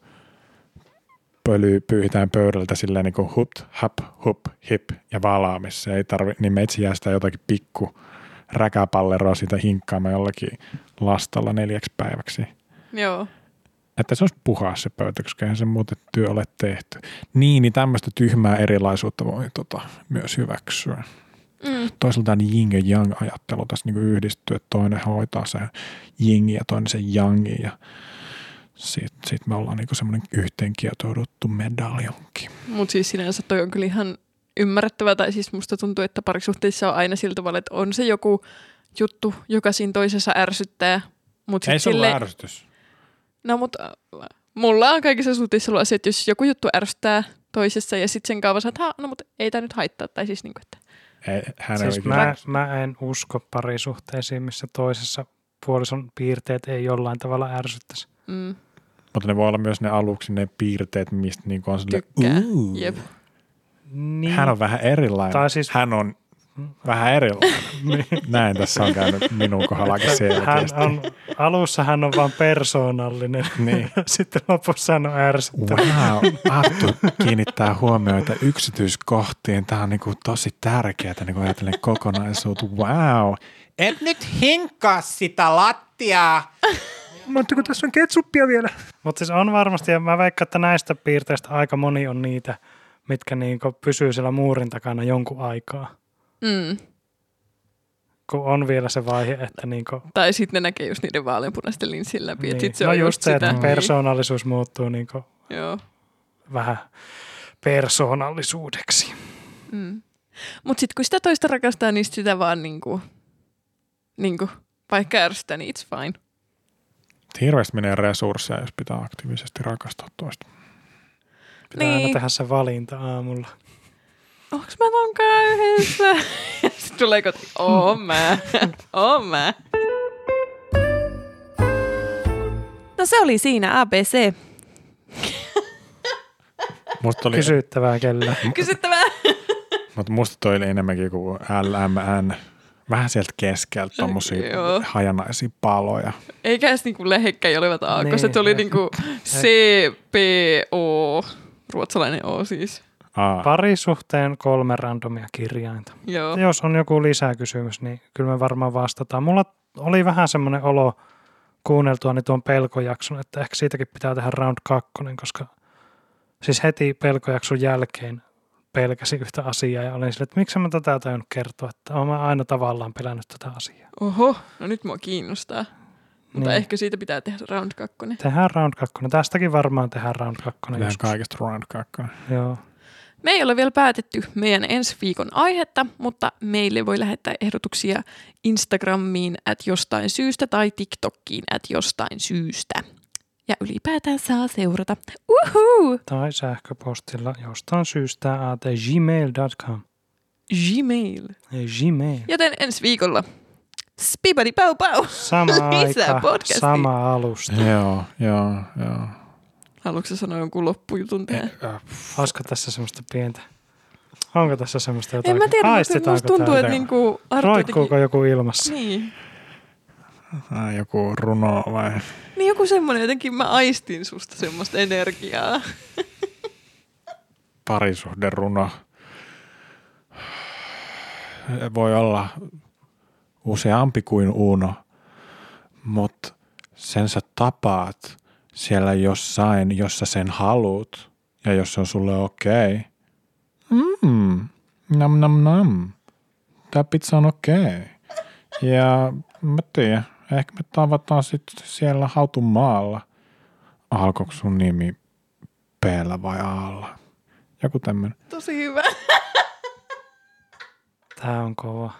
[SPEAKER 3] Pöly pyyhitään pöydältä silleen niin kuin hupt, hap, hup, hip ja valaamis. Se ei tarvi, niin meitsi jää sitä jotakin pikku räkäpalleroa siitä hinkkaamaan jollakin lastalla neljäksi päiväksi.
[SPEAKER 1] Joo.
[SPEAKER 3] Että se olisi puhaa se pöytä, koska eihän se muuten työ ole tehty. Niin, niin tämmöistä tyhmää erilaisuutta voi tota, myös hyväksyä.
[SPEAKER 1] Mm.
[SPEAKER 3] Toisaalta tämä jing ja yang ajattelu tässä niin yhdistyy, että toinen hoitaa sen jingi ja toinen sen yangi ja sitten sit me ollaan niinku semmoinen yhteenkietouduttu medaljonki.
[SPEAKER 1] Mutta siis sinänsä toi on kyllä ihan ymmärrettävää, tai siis musta tuntuu, että parisuhteissa on aina sillä tavalla, että on se joku juttu, joka siinä toisessa ärsyttää. Mut sit sille,
[SPEAKER 3] ärsytys.
[SPEAKER 1] no mutta mulla on kaikissa suhteissa ollut se, että jos joku juttu ärsyttää toisessa ja sitten sen kaava saa, että "Ha, no mutta ei tämä nyt haittaa, tai siis niinku, että
[SPEAKER 3] Ei, hän ei
[SPEAKER 2] Siis
[SPEAKER 3] ole ikinä-
[SPEAKER 2] mä, mä en usko parisuhteisiin, missä toisessa puolison piirteet ei jollain tavalla ärsyttäisi.
[SPEAKER 1] Mm,
[SPEAKER 3] Mutta ne voi olla myös ne aluksi ne piirteet, mistä niin on sille,
[SPEAKER 1] tykkää.
[SPEAKER 3] "Uu,
[SPEAKER 1] Jep.
[SPEAKER 2] Niin,
[SPEAKER 3] hän on vähän erilainen.
[SPEAKER 2] tai siis
[SPEAKER 3] Hän on vähän erilainen. Niin. Näin tässä on käynyt minun kohdallakin
[SPEAKER 2] hän
[SPEAKER 3] selkeästi.
[SPEAKER 2] on, alussa hän on vaan persoonallinen,
[SPEAKER 3] Niin.
[SPEAKER 2] Mm. sitten lopussa hän on ärsyttävä.
[SPEAKER 3] Wow, Arttu kiinnittää huomioita yksityiskohtiin. Tämä on niin kuin tosi tärkeää, niin kuin ajatellen kokonaisuutta. Wow.
[SPEAKER 6] Et nyt hinkkaa sitä lattiaa.
[SPEAKER 2] Mutta kun tässä on ketsuppia vielä. Mutta siis on varmasti, ja mä veikkaan, että näistä piirteistä aika moni on niitä, mitkä niinku pysyy siellä muurin takana jonkun aikaa.
[SPEAKER 1] Mm.
[SPEAKER 2] Kun on vielä se vaihe, että niinku,
[SPEAKER 1] Tai sitten ne näkee just niiden vaaleanpunaisten linssien läpi. Niin. Et sit se
[SPEAKER 2] no
[SPEAKER 1] on
[SPEAKER 2] just se,
[SPEAKER 1] sitä.
[SPEAKER 2] että
[SPEAKER 1] Niin.
[SPEAKER 2] persoonallisuus muuttuu niinku
[SPEAKER 1] Joo.
[SPEAKER 2] vähän persoonallisuudeksi.
[SPEAKER 1] Mm. Mutta sitten kun sitä toista rakastaa, niin sit sitä vaan niinku, niinku, vaikka ärsyttää, niin it's fine.
[SPEAKER 3] Hirveästi menee resursseja, jos pitää aktiivisesti rakastaa toista.
[SPEAKER 2] Pitää niin. aina
[SPEAKER 1] Niin.
[SPEAKER 2] tehdä se valinta aamulla.
[SPEAKER 1] Onks mä ton köyhyydessä? sitten tulee kotiin, oon mä, oon mä.
[SPEAKER 4] No se oli siinä ABC.
[SPEAKER 3] Musta oli,
[SPEAKER 2] Kysyttävää kellä.
[SPEAKER 1] Kysyttävää.
[SPEAKER 3] mutta musta toi oli enemmänkin kuin LMN. Vähän sieltä keskeltä tommosia
[SPEAKER 1] Joo.
[SPEAKER 3] hajanaisia paloja.
[SPEAKER 1] Eikä edes niinku lähekkäin olevat aakkoset,
[SPEAKER 2] Niin.
[SPEAKER 1] se oli niinku CPO, ruotsalainen O siis.
[SPEAKER 3] Aa,
[SPEAKER 2] Parisuhteen kolme randomia kirjainta.
[SPEAKER 1] Joo.
[SPEAKER 2] Jos on joku lisäkysymys, niin kyllä me varmaan vastataan. Mulla oli vähän semmoinen olo kuunneltuani tuon pelkojakson, että ehkä siitäkin pitää tehdä round kakkonen, koska siis heti pelkojakson jälkeen pelkäsi yhtä asiaa ja olin silleen, että miksi mä tätä tajunnut kertoa, että olen mä aina tavallaan pelännyt tätä asiaa.
[SPEAKER 1] Oho, no nyt mua kiinnostaa. Mutta
[SPEAKER 2] Niin.
[SPEAKER 1] niin. ehkä siitä pitää tehdä round kakkonen.
[SPEAKER 2] Tehdään round kakkonen. Tästäkin varmaan tehdään round kakkonen.
[SPEAKER 3] Tehdään
[SPEAKER 2] joskus.
[SPEAKER 3] kaikista round kakkonen.
[SPEAKER 2] Joo.
[SPEAKER 1] Me ei ole vielä päätetty meidän ensi viikon aihetta, mutta meille voi lähettää ehdotuksia Instagramiin at jostain syystä tai TikTokkiin at jostain syystä. Ja ylipäätään saa seurata. Uhu!
[SPEAKER 2] Tai sähköpostilla jostain syystä at gmail.com.
[SPEAKER 1] Gmail.
[SPEAKER 2] Gmail.
[SPEAKER 1] Joten ensi viikolla. Spibadi pau pau!
[SPEAKER 2] Sama
[SPEAKER 1] Lisää
[SPEAKER 2] aika,
[SPEAKER 1] podcastia.
[SPEAKER 2] sama alusta.
[SPEAKER 3] Joo, joo, joo.
[SPEAKER 1] Haluatko sä sanoa jonkun loppujutun tähän?
[SPEAKER 2] Olisiko tässä semmoista pientä? Onko tässä semmoista jotain?
[SPEAKER 1] En mä tiedä, mutta
[SPEAKER 2] Aistetaanko
[SPEAKER 1] musta tuntuu,
[SPEAKER 2] tää
[SPEAKER 1] että
[SPEAKER 2] jotain?
[SPEAKER 1] niinku Arto
[SPEAKER 2] Roikkuuko joku ilmassa?
[SPEAKER 1] Niin.
[SPEAKER 3] Ää, Joku runo vai
[SPEAKER 1] niin joku semmoinen, jotenkin mä aistin susta semmoista energiaa.
[SPEAKER 3] parisuhderuno. Voi olla useampi kuin Uno, mutta sen sä tapaat siellä jossain, jossa sen haluut ja jos se on sulle okei. Okay. Mm, nam nam nam. Tämä pizza on okei. Okay. Ja mä tiedän, ehkä me tavataan sitten siellä hautumaalla. Alkoiko sun nimi P-llä vai A-lla? Joku tämmöinen.
[SPEAKER 1] Tosi hyvä.
[SPEAKER 2] Tää on kova.